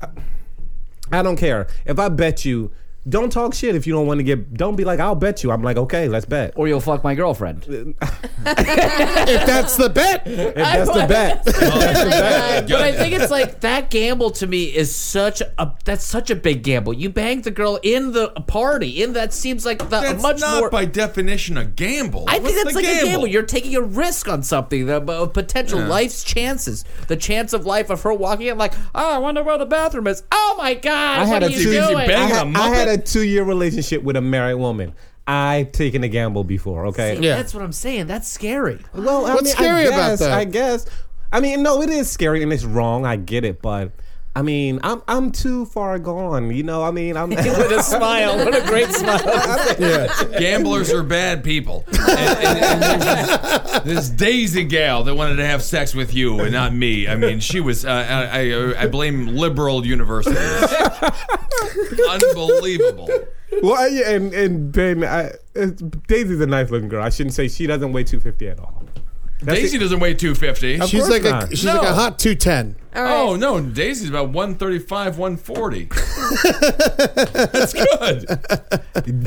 Speaker 3: I don't care. If I bet you. Don't talk shit if you don't want to get. Don't be like, I'll bet you. I'm like, okay, let's bet.
Speaker 5: Or you'll fuck my girlfriend.
Speaker 2: if that's the bet,
Speaker 3: If that's the bet. That's the bet.
Speaker 5: But I think it's like that gamble to me is such a that's such a big gamble. You banged the girl in the party, and that seems like the
Speaker 6: That's
Speaker 5: much
Speaker 6: not
Speaker 5: more.
Speaker 6: by definition a gamble.
Speaker 5: I think
Speaker 6: What's
Speaker 5: that's
Speaker 6: the
Speaker 5: like a gamble. You're taking a risk on something, the uh, potential life's chances, the chance of life of her walking in, like, oh, I wonder where the bathroom is. Oh my god,
Speaker 3: I had
Speaker 5: what
Speaker 3: a
Speaker 5: are you
Speaker 3: two.
Speaker 5: doing?
Speaker 3: I had,
Speaker 6: a
Speaker 3: I had
Speaker 6: Muppet?
Speaker 3: a two-year relationship with a married woman. I taken a gamble before. Okay.
Speaker 5: Yeah. That's what I'm saying. That's scary.
Speaker 3: Well, I
Speaker 2: What's
Speaker 3: mean, I
Speaker 2: scary about
Speaker 3: guess,
Speaker 2: that?
Speaker 3: I guess. I mean, no, it is scary and it's wrong. I get it, but I mean, I'm I'm too far gone. You know, I mean, I'm.
Speaker 5: With a smile, what a great smile.
Speaker 6: Gamblers are bad people. And, and- and this- this Daisy gal that wanted to have sex with you and not me. I mean, she was. Uh, I, I I blame liberal universities. Unbelievable.
Speaker 3: well, I, and and Ben, I, it's, Daisy's a nice looking girl. I shouldn't say she doesn't weigh 250 at all. That's
Speaker 6: Daisy
Speaker 3: it.
Speaker 6: doesn't weigh two fifty.
Speaker 2: she's
Speaker 3: course
Speaker 2: like a
Speaker 3: not.
Speaker 2: she's like a hot two ten.
Speaker 6: Oh no, Daisy's about one thirty five, one forty. That's good.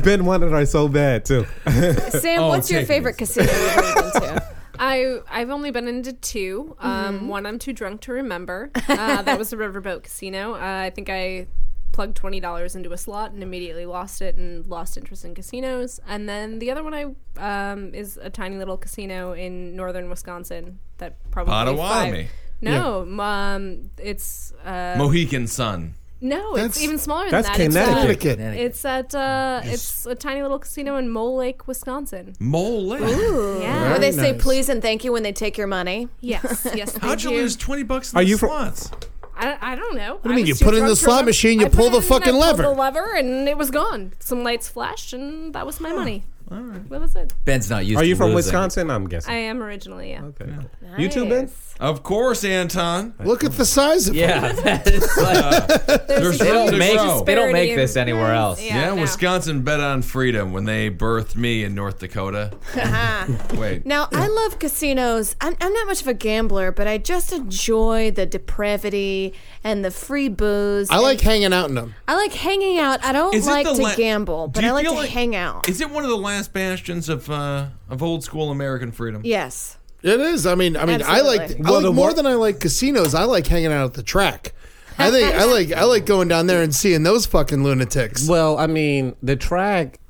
Speaker 3: Ben wanted her so bad too.
Speaker 1: Sam,
Speaker 6: Oh,
Speaker 1: what's your
Speaker 6: take
Speaker 1: favorite casino you've ever been to?
Speaker 7: I I've only been into two. Um, One I'm too drunk to remember. Uh, that was the Riverboat Casino. Uh, I think I plugged twenty dollars into a slot and immediately lost it and lost interest in casinos. And then the other one I um, is a tiny little casino in northern Wisconsin that probably
Speaker 6: Potawatomi.
Speaker 7: five- No, um, it's uh,
Speaker 6: Mohican Sun.
Speaker 7: no,
Speaker 2: That's-
Speaker 7: it's even smaller than
Speaker 3: that's
Speaker 7: that. It's, uh,
Speaker 3: Connecticut.
Speaker 2: Connecticut.
Speaker 7: It's at uh, it's a tiny little casino in Mole Lake, Wisconsin.
Speaker 6: Mole Lake.
Speaker 7: Yeah.
Speaker 1: Where they say
Speaker 2: nice.
Speaker 1: please and thank you when they take your money.
Speaker 7: Yes. Yes. they
Speaker 6: How'd you
Speaker 7: do.
Speaker 6: lose twenty bucks in
Speaker 3: Are
Speaker 6: the
Speaker 3: you from-
Speaker 6: slots?
Speaker 7: I, I don't know. What
Speaker 2: do you mean? You put it in the slot machine, you pull the fucking lever.
Speaker 7: I pulled the lever, and it was gone. Some lights flashed, and Um, that was my money. All right. What was it?
Speaker 5: Ben's not used
Speaker 3: Are
Speaker 5: to
Speaker 3: you from
Speaker 5: losing.
Speaker 3: Wisconsin? I'm guessing.
Speaker 7: I am originally. Yeah.
Speaker 3: okay. cool. You too, Ben.
Speaker 6: Of course, Anton.
Speaker 2: Look at the size of it.
Speaker 5: Yeah. that is like-
Speaker 6: There's
Speaker 5: they,
Speaker 6: room
Speaker 5: don't
Speaker 6: to
Speaker 5: make,
Speaker 6: grow.
Speaker 5: they don't
Speaker 7: Disparity
Speaker 5: make
Speaker 7: in-
Speaker 5: this anywhere else.
Speaker 7: Yeah.
Speaker 6: Yeah,
Speaker 7: no.
Speaker 6: Wisconsin bet on freedom when they birthed me in North Dakota. Wait.
Speaker 1: Now, I love casinos. I'm, I'm not much of a gambler, but I just enjoy the depravity and the free booze.
Speaker 2: I
Speaker 1: and-
Speaker 2: like hanging out in them.
Speaker 1: I like hanging out. I don't
Speaker 6: Is it
Speaker 1: like
Speaker 6: the
Speaker 1: to
Speaker 6: la-
Speaker 1: gamble,
Speaker 6: Do
Speaker 1: but
Speaker 6: you
Speaker 1: I like to
Speaker 6: feel
Speaker 1: hang out.
Speaker 6: Is it one of the last bastions of uh, of old school American freedom?
Speaker 1: yes.
Speaker 2: It is. I mean, I mean, I like.
Speaker 1: Absolutely.
Speaker 2: I
Speaker 3: Well,
Speaker 2: like
Speaker 3: the
Speaker 2: more
Speaker 3: wor-
Speaker 2: than I like casinos. I like hanging out at the track. I think I like I like going down there and seeing those fucking lunatics.
Speaker 3: Well, I mean, the track.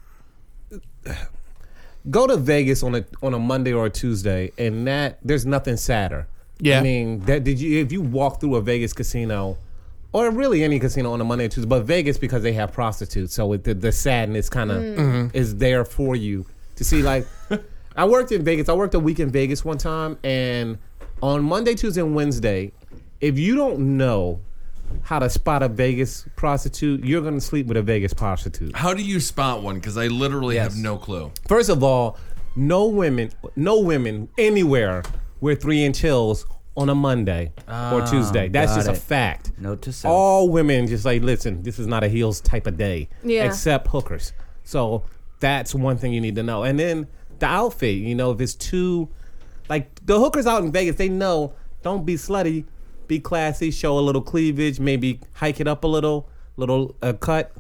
Speaker 3: Go to Vegas on a on a Monday or a Tuesday, and that there's nothing sadder.
Speaker 2: Yeah.
Speaker 3: I mean, that did you if you walk through a Vegas casino, or really any casino on a Monday or Tuesday, but Vegas because they have prostitutes, so it, the, the sadness kind of is there for you to to see like I worked in Vegas. I worked a week in Vegas one time, and on Monday, Tuesday, and Wednesday, if you don't know how to spot a Vegas prostitute, you're gonna sleep with a Vegas prostitute.
Speaker 6: How do you spot one? Because I literally have no clue.
Speaker 3: First of all, no women, no women anywhere wear three inch heels on a Monday or Tuesday. That's
Speaker 4: Ah, got
Speaker 3: just a
Speaker 4: it.
Speaker 3: fact.
Speaker 4: Note to self.
Speaker 3: All women just like, listen, this is not a heels type of day.
Speaker 7: Yeah.
Speaker 3: Except hookers. So that's one thing you need to know. And then the outfit, you know, if it's too, like the hookers out in Vegas, they know don't be slutty, be classy, show a little cleavage, maybe hike it up a little, little uh, cut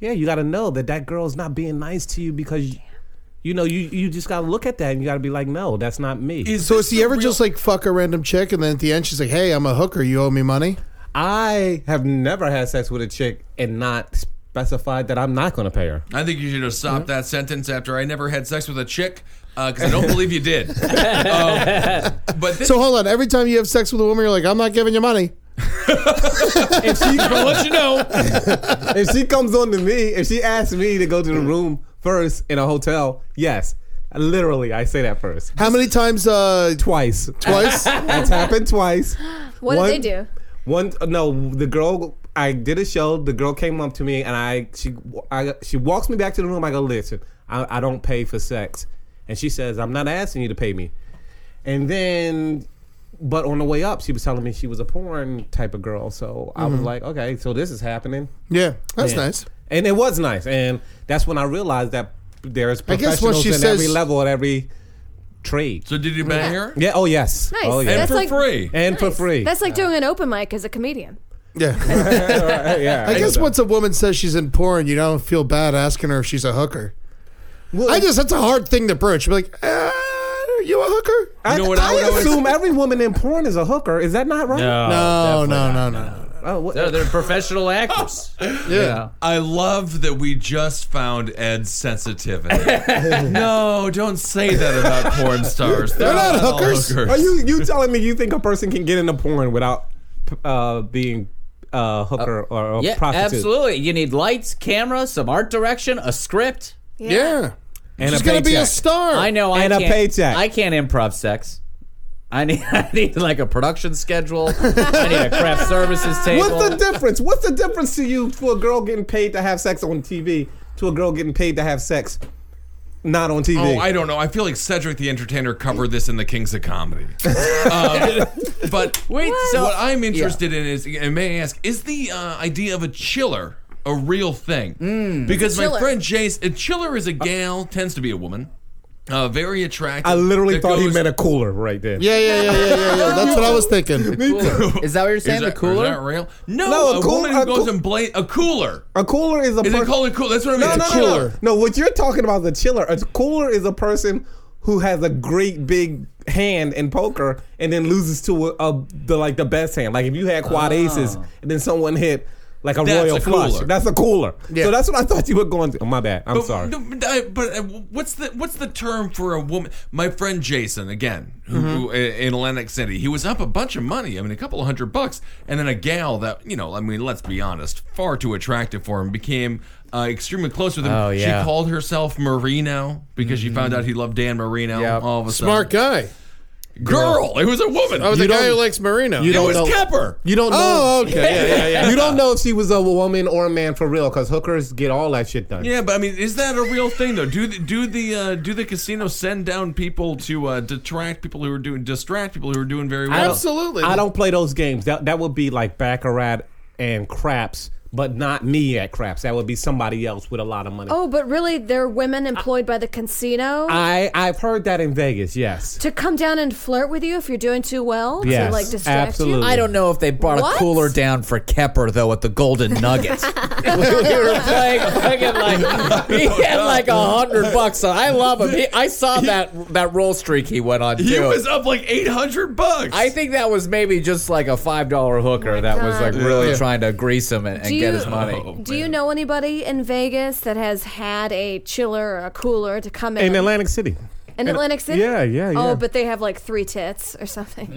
Speaker 3: yeah, you got to know that that girl's not being nice to you because, you, you know, you you just got to look at that and you got to be like, no, that's not me.
Speaker 6: Is
Speaker 2: So
Speaker 6: this
Speaker 2: is he
Speaker 6: the
Speaker 2: ever
Speaker 6: real-
Speaker 2: just like fuck a random chick and then at the end she's like, "Hey, I'm a hooker. You owe me money."
Speaker 3: I have never had sex with a chick and not specified that I'm not going to pay her.
Speaker 6: I think you should have stopped that sentence after I never had sex with a chick because I don't believe you did. Um, but this,
Speaker 2: So hold on. Every time you have sex with a woman, you're like, "I'm not giving you money."
Speaker 3: If she,
Speaker 5: Let you know.
Speaker 3: if she comes on to me, if she asks me to go to the room first in a hotel, yes, literally, I say that first.
Speaker 2: How many times? Uh,
Speaker 3: Twice.
Speaker 2: twice.
Speaker 3: That's happened twice.
Speaker 7: What
Speaker 3: One-
Speaker 7: did they do?
Speaker 3: One uh, no, the girl. I did a show. The girl came up to me and I she I she walks me back to the room. I go, listen, I, I don't pay for sex, and she says, I'm not asking you to pay me. And then, but on the way up, she was telling me she was a porn type of girl. So I was like, okay, so this is happening.
Speaker 2: yeah, Mm-hmm. that's
Speaker 3: Yeah.
Speaker 2: nice.
Speaker 3: And it was nice, and that's when I realized that there's
Speaker 2: I guess what
Speaker 3: professionals
Speaker 2: she
Speaker 3: in every
Speaker 2: says-
Speaker 3: level at every trade.
Speaker 6: so did you bang her?
Speaker 3: yeah. Oh yes.
Speaker 7: Nice.
Speaker 3: Oh
Speaker 6: And
Speaker 3: yeah.
Speaker 7: That's
Speaker 6: for
Speaker 7: like-
Speaker 6: free.
Speaker 3: And for free.
Speaker 7: That's like doing an open mic as a comedian.
Speaker 2: Yeah.
Speaker 3: yeah.
Speaker 2: I guess once a woman says she's in porn, you don't feel bad asking her if she's a hooker. I just that's a hard thing to broach. Be like, uh, are you a hooker?
Speaker 3: I,
Speaker 6: know what I
Speaker 3: I
Speaker 6: would always-
Speaker 3: assume every woman in porn is a hooker. Is that not right?
Speaker 2: no, no, no, no, no.
Speaker 3: Oh, what-
Speaker 5: They're, they're professional actors.
Speaker 2: Yeah.
Speaker 6: I love that we just found Ed's sensitivity. no, don't say that about porn stars. They're,
Speaker 2: not
Speaker 6: all
Speaker 2: hookers.
Speaker 3: Are you you telling me you think a person can get into porn without uh, being uh, a hooker
Speaker 6: Uh,
Speaker 3: or a
Speaker 5: Yeah,
Speaker 3: prostitute?
Speaker 5: absolutely. You need lights, camera, some art direction, a script.
Speaker 2: Yeah.
Speaker 3: And
Speaker 2: She's
Speaker 3: a
Speaker 2: gonna be a
Speaker 3: paycheck.
Speaker 2: star.
Speaker 5: I know.
Speaker 3: And
Speaker 5: I
Speaker 3: a
Speaker 5: can't,
Speaker 3: paycheck.
Speaker 5: I can't improv sex. I need, I need like a production schedule. I need a craft services table.
Speaker 3: What's the difference? What's the difference to you for a girl getting paid to have sex on TV to a girl getting paid to have sex not on TV?
Speaker 6: Oh, I don't know. I feel like Cedric the Entertainer covered this in the Kings of Comedy. um, but
Speaker 5: Wait,
Speaker 6: what?
Speaker 5: so-
Speaker 6: I'm interested in is, and may I ask, is the uh, idea of a chiller a real thing?
Speaker 5: Mm,
Speaker 6: because my
Speaker 7: Chiller.
Speaker 6: friend Jace, a chiller is a gal, tends to be a woman, uh, very attractive.
Speaker 3: I literally
Speaker 6: that
Speaker 3: thought he
Speaker 6: goes-
Speaker 3: meant a cooler right there.
Speaker 2: Yeah, yeah, yeah, yeah, yeah, yeah. That's what I was thinking.
Speaker 5: Is that what you're saying?
Speaker 6: Is
Speaker 5: the
Speaker 6: that, is
Speaker 5: cooler?
Speaker 6: that real? No,
Speaker 3: No,
Speaker 6: a,
Speaker 3: a cool-
Speaker 6: woman who
Speaker 3: a
Speaker 6: goes
Speaker 3: cool-
Speaker 6: and bla- a cooler.
Speaker 3: A cooler is a
Speaker 6: Is it
Speaker 3: person-
Speaker 6: called a cooler? That's what I mean.
Speaker 3: No, no,
Speaker 6: a
Speaker 3: no,
Speaker 6: chiller.
Speaker 3: no, no. What you're talking about is a chiller. A cooler is a person who has a great big hand in poker and then loses to a, a, the like the best hand. Like if you had quad aces and then someone hit like a
Speaker 6: Ah. That's
Speaker 3: royal
Speaker 6: a
Speaker 3: flush,
Speaker 6: cooler.
Speaker 3: that's a cooler. So that's what I thought you were going to. Oh, my bad. I'm
Speaker 6: But-
Speaker 3: sorry.
Speaker 6: no, but I- but uh, what's the what's the term for a woman? My friend Jason again,
Speaker 5: Mm-hmm.
Speaker 6: who, who, uh, in Atlantic City, he was up a bunch of money. I mean, a couple of hundred bucks, and then a gal that you know, I mean, let's be honest, far too attractive for him, became uh, extremely close with him.
Speaker 5: Oh, yeah. Mm-hmm.
Speaker 6: She called herself Marino because she found out he loved Dan Marino. All of a
Speaker 2: Smart
Speaker 6: sudden,
Speaker 2: guy.
Speaker 6: girl. It was a woman.
Speaker 2: I was
Speaker 6: You
Speaker 2: the guy
Speaker 6: don't-
Speaker 2: who likes Marino.
Speaker 6: it was Kepper.
Speaker 3: you don't know.
Speaker 2: Oh, okay. Yeah, yeah, yeah.
Speaker 3: You don't know if she was a woman or a man for real because hookers get all that shit done.
Speaker 6: Yeah, but I mean, is that a real thing though? Do the, do the uh, do the casinos send down people to uh, detract people who are doing distract people who are doing very well?
Speaker 3: I don't-
Speaker 2: Absolutely.
Speaker 3: I don't play those games. That that would be like Baccarat and craps, but not me at craps. That would be somebody else with a lot of money.
Speaker 1: Oh, but really, they're women employed by the casino
Speaker 3: I I've heard that in Vegas. Yes.
Speaker 1: to come down and flirt with you if you're doing too well
Speaker 3: Yes,
Speaker 1: to like distract
Speaker 3: absolutely.
Speaker 1: you.
Speaker 5: I don't know if they brought
Speaker 1: What?
Speaker 5: a cooler down for Kepper though at the Golden Nugget. we were playing fucking like he had like a hundred bucks. So I love him. He, I saw that that roll streak he went on too.
Speaker 6: He was up like 800 bucks.
Speaker 5: I think that was maybe just like a five dollar hooker that was like really trying to grease him and,
Speaker 1: Oh Do
Speaker 5: and
Speaker 1: you-
Speaker 5: get his
Speaker 6: Oh,
Speaker 5: money.
Speaker 1: Do you know anybody in Vegas that has had a chiller or a cooler to come in?
Speaker 3: In Atlantic City.
Speaker 1: In Atlantic City?
Speaker 3: uh, Yeah, yeah, yeah.
Speaker 1: Oh, but they have like three tits or something.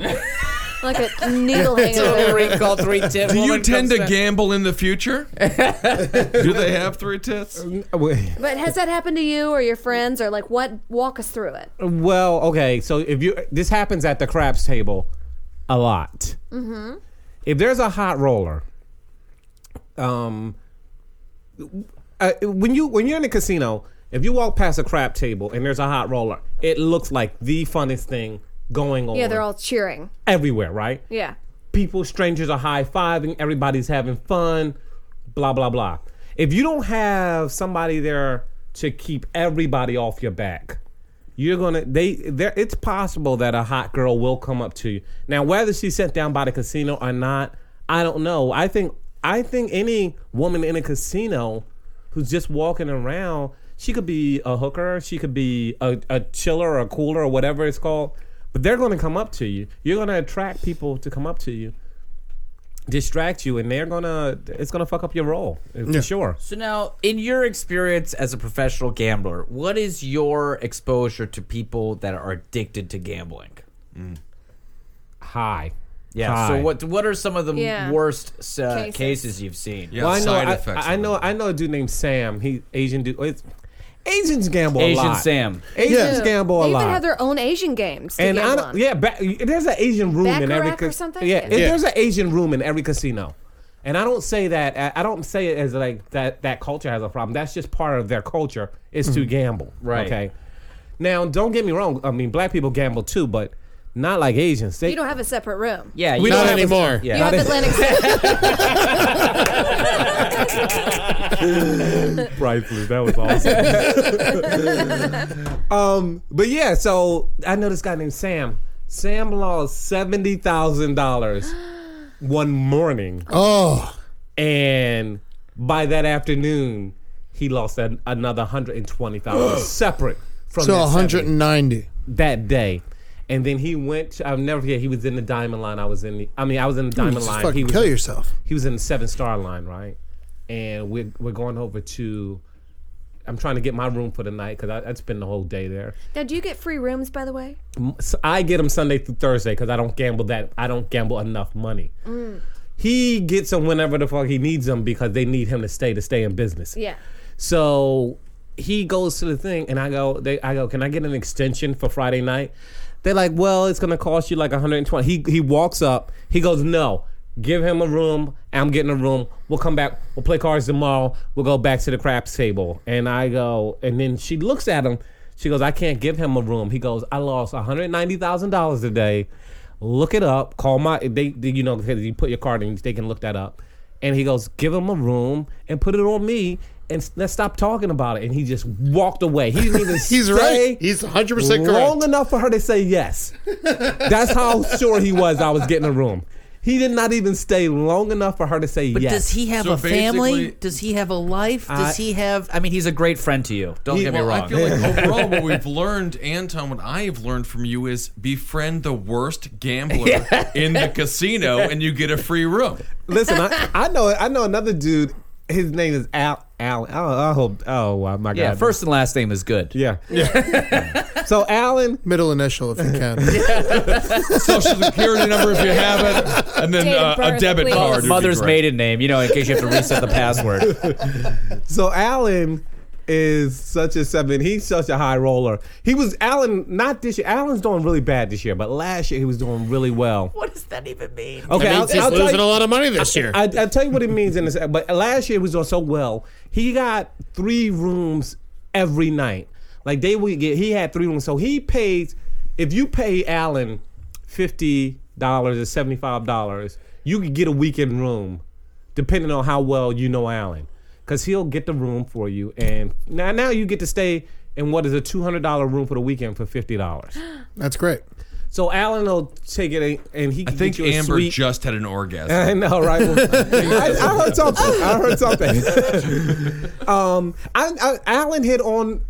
Speaker 1: like a needle hangover.
Speaker 5: ring called three tip.
Speaker 6: Do you
Speaker 5: woman
Speaker 6: tend to
Speaker 5: comes in.
Speaker 6: gamble in the future? Do they have three tits?
Speaker 1: But has that happened to you or your friends or like what? Walk us through it.
Speaker 3: Oh, Well, okay. So if you this happens at the craps table a lot.
Speaker 1: Mm-hmm.
Speaker 3: If there's a hot roller, um, uh, when you when you're in a casino, if you walk past a crap table and there's a hot roller, it looks like the funnest thing going on.
Speaker 1: Yeah, they're all cheering.
Speaker 3: everywhere, right?
Speaker 1: Yeah.
Speaker 3: people, strangers are high fiving, everybody's having fun, blah, blah, blah. If you don't have somebody there to keep everybody off your back, you're gonna they there it's possible that a hot girl will come up to you. Now whether she's sent down by the casino or not, I don't know. I think I think any woman in a casino who's just walking around, she could be a hooker, she could be a, a chiller or a cooler or whatever it's called. But they're gonna come up to you. You're gonna attract people to come up to you, distract you, and they're gonna it's gonna fuck up your role. uh, For sure.
Speaker 5: So now, in your experience as a professional gambler, what is your exposure to people that are addicted to gambling?
Speaker 3: High.
Speaker 5: Yeah.
Speaker 3: High.
Speaker 5: So what what are some of the
Speaker 1: Yeah.
Speaker 5: worst uh, cases.
Speaker 7: Cases.
Speaker 5: you've seen?
Speaker 6: Yeah,
Speaker 3: Well, I know,
Speaker 6: side
Speaker 3: I,
Speaker 6: effects.
Speaker 3: I, I
Speaker 6: of
Speaker 3: know,
Speaker 6: it.
Speaker 3: I know a dude named Sam. He Asian dude. It's, Asians gamble a
Speaker 5: Asian
Speaker 3: lot.
Speaker 5: Sam.
Speaker 3: Asians
Speaker 1: Ew.
Speaker 3: gamble
Speaker 1: they
Speaker 3: a lot.
Speaker 1: even have their own Asian games. To
Speaker 3: and I
Speaker 1: gamble
Speaker 3: don't-
Speaker 1: on.
Speaker 3: yeah, ba- there's an Asian room in every
Speaker 1: Baccarat or something?
Speaker 3: Yeah,
Speaker 1: Yeah.
Speaker 3: there's an Asian room in every casino. And I don't say that. I- I don't say it as like that. That culture has a problem. That's just part of their culture is to gamble.
Speaker 5: Right.
Speaker 3: Okay. Now, don't get me wrong. I mean, black people gamble too, but not like Asians. They,
Speaker 1: You don't have a separate room.
Speaker 5: Yeah.
Speaker 3: We
Speaker 5: you
Speaker 3: don't
Speaker 5: have a-
Speaker 2: anymore.
Speaker 5: yeah.
Speaker 1: You have Atlantic City.
Speaker 3: priceless. That was awesome. um, but yeah, so I know this guy named Sam. Sam lost seventy thousand dollars one morning,
Speaker 2: Oh,
Speaker 3: and by that afternoon, he lost an, another hundred and twenty thousand separate from
Speaker 2: so
Speaker 3: that 70
Speaker 2: 190.
Speaker 3: that day. And then he went. To, I'll never forget. He was in the diamond line. I was in. the I mean, I was in the diamond
Speaker 2: Just
Speaker 3: line.
Speaker 2: fucking
Speaker 3: he was
Speaker 2: kill
Speaker 3: in-
Speaker 2: yourself.
Speaker 3: he was in the seven star line, right? And we're we're going over to. I'm trying to get my room for the night because I, I spend the whole day there.
Speaker 1: Now, do you get free rooms, by the way?
Speaker 3: So I get him Sunday through Thursday because I don't gamble that I don't gamble enough money. He gets them whenever the fuck he needs them because they need him to stay to stay in business.
Speaker 1: Yeah.
Speaker 3: So he goes to the thing, and I go, they, I go, can I get an extension for Friday night? They're like, well, it's gonna cost you like 120. He he walks up, he goes, no, give him a room. I'm getting a room. We'll come back. We'll play cards tomorrow. We'll go back to the craps table. And I go, and then she looks at him. She goes, I can't give him a room. He goes, I lost 190 thousand dollars today. Look it up. Call my they, they you know you put your card in, they can look that up. And he goes, give him a room and put it on me and s- let's stop talking about it. And he just walked away. He didn't even
Speaker 2: He's
Speaker 3: say
Speaker 2: right. He's 100% correct.
Speaker 3: Long enough for her to say yes. That's how sure he was I was getting a room. He did not even stay long enough for her to say
Speaker 5: But
Speaker 3: yes.
Speaker 5: does he have
Speaker 6: So
Speaker 5: a family?
Speaker 6: basically-
Speaker 5: Does he have a life? Does
Speaker 3: I-
Speaker 5: he have? I mean, he's a great friend to you. Don't get me
Speaker 6: Well,
Speaker 5: wrong.
Speaker 6: I feel like overall, what we've learned, Anton, what I have learned from you is befriend the worst gambler in the casino, and you get a free room.
Speaker 3: Listen, I, I know I know another dude. His name is Al Al. I, I hope. Oh wow, my
Speaker 5: yeah.
Speaker 3: god.
Speaker 5: First and last name is good.
Speaker 3: Yeah. so Alan,
Speaker 2: Middle initial if you can.
Speaker 6: Social security number if you have it, and then
Speaker 7: Date of
Speaker 6: uh, a
Speaker 7: birth,
Speaker 6: debit
Speaker 7: please.
Speaker 6: card. would be
Speaker 5: Mother's
Speaker 6: great.
Speaker 5: maiden name, you know, in case you have to reset the password.
Speaker 3: so Alan is such a seven. He's such a high roller. He was Alan not this year. Alan's doing really bad this year, but last year he was doing really well.
Speaker 5: what does that even mean?
Speaker 3: Okay, I'll, I'll tell you,
Speaker 2: lot of money this year.
Speaker 3: I, I'll tell you what it means in a second. But last year he was doing so well. He got three rooms every night. Like they would get. He had three rooms, so he paid. If you pay Alan fifty dollars or seventy five dollars, you could get a weekend room, depending on how well you know Alan, because he'll get the room for you. And now, now you get to stay in what is a two hundred dollar room for the weekend for fifty dollars.
Speaker 2: That's great.
Speaker 3: So Alan will take it and he. Can
Speaker 6: I think
Speaker 3: get you a
Speaker 6: Amber
Speaker 3: suite.
Speaker 6: just had an orgasm.
Speaker 3: I know, right? I, I heard something. I heard something. um, I, I, Alan hit on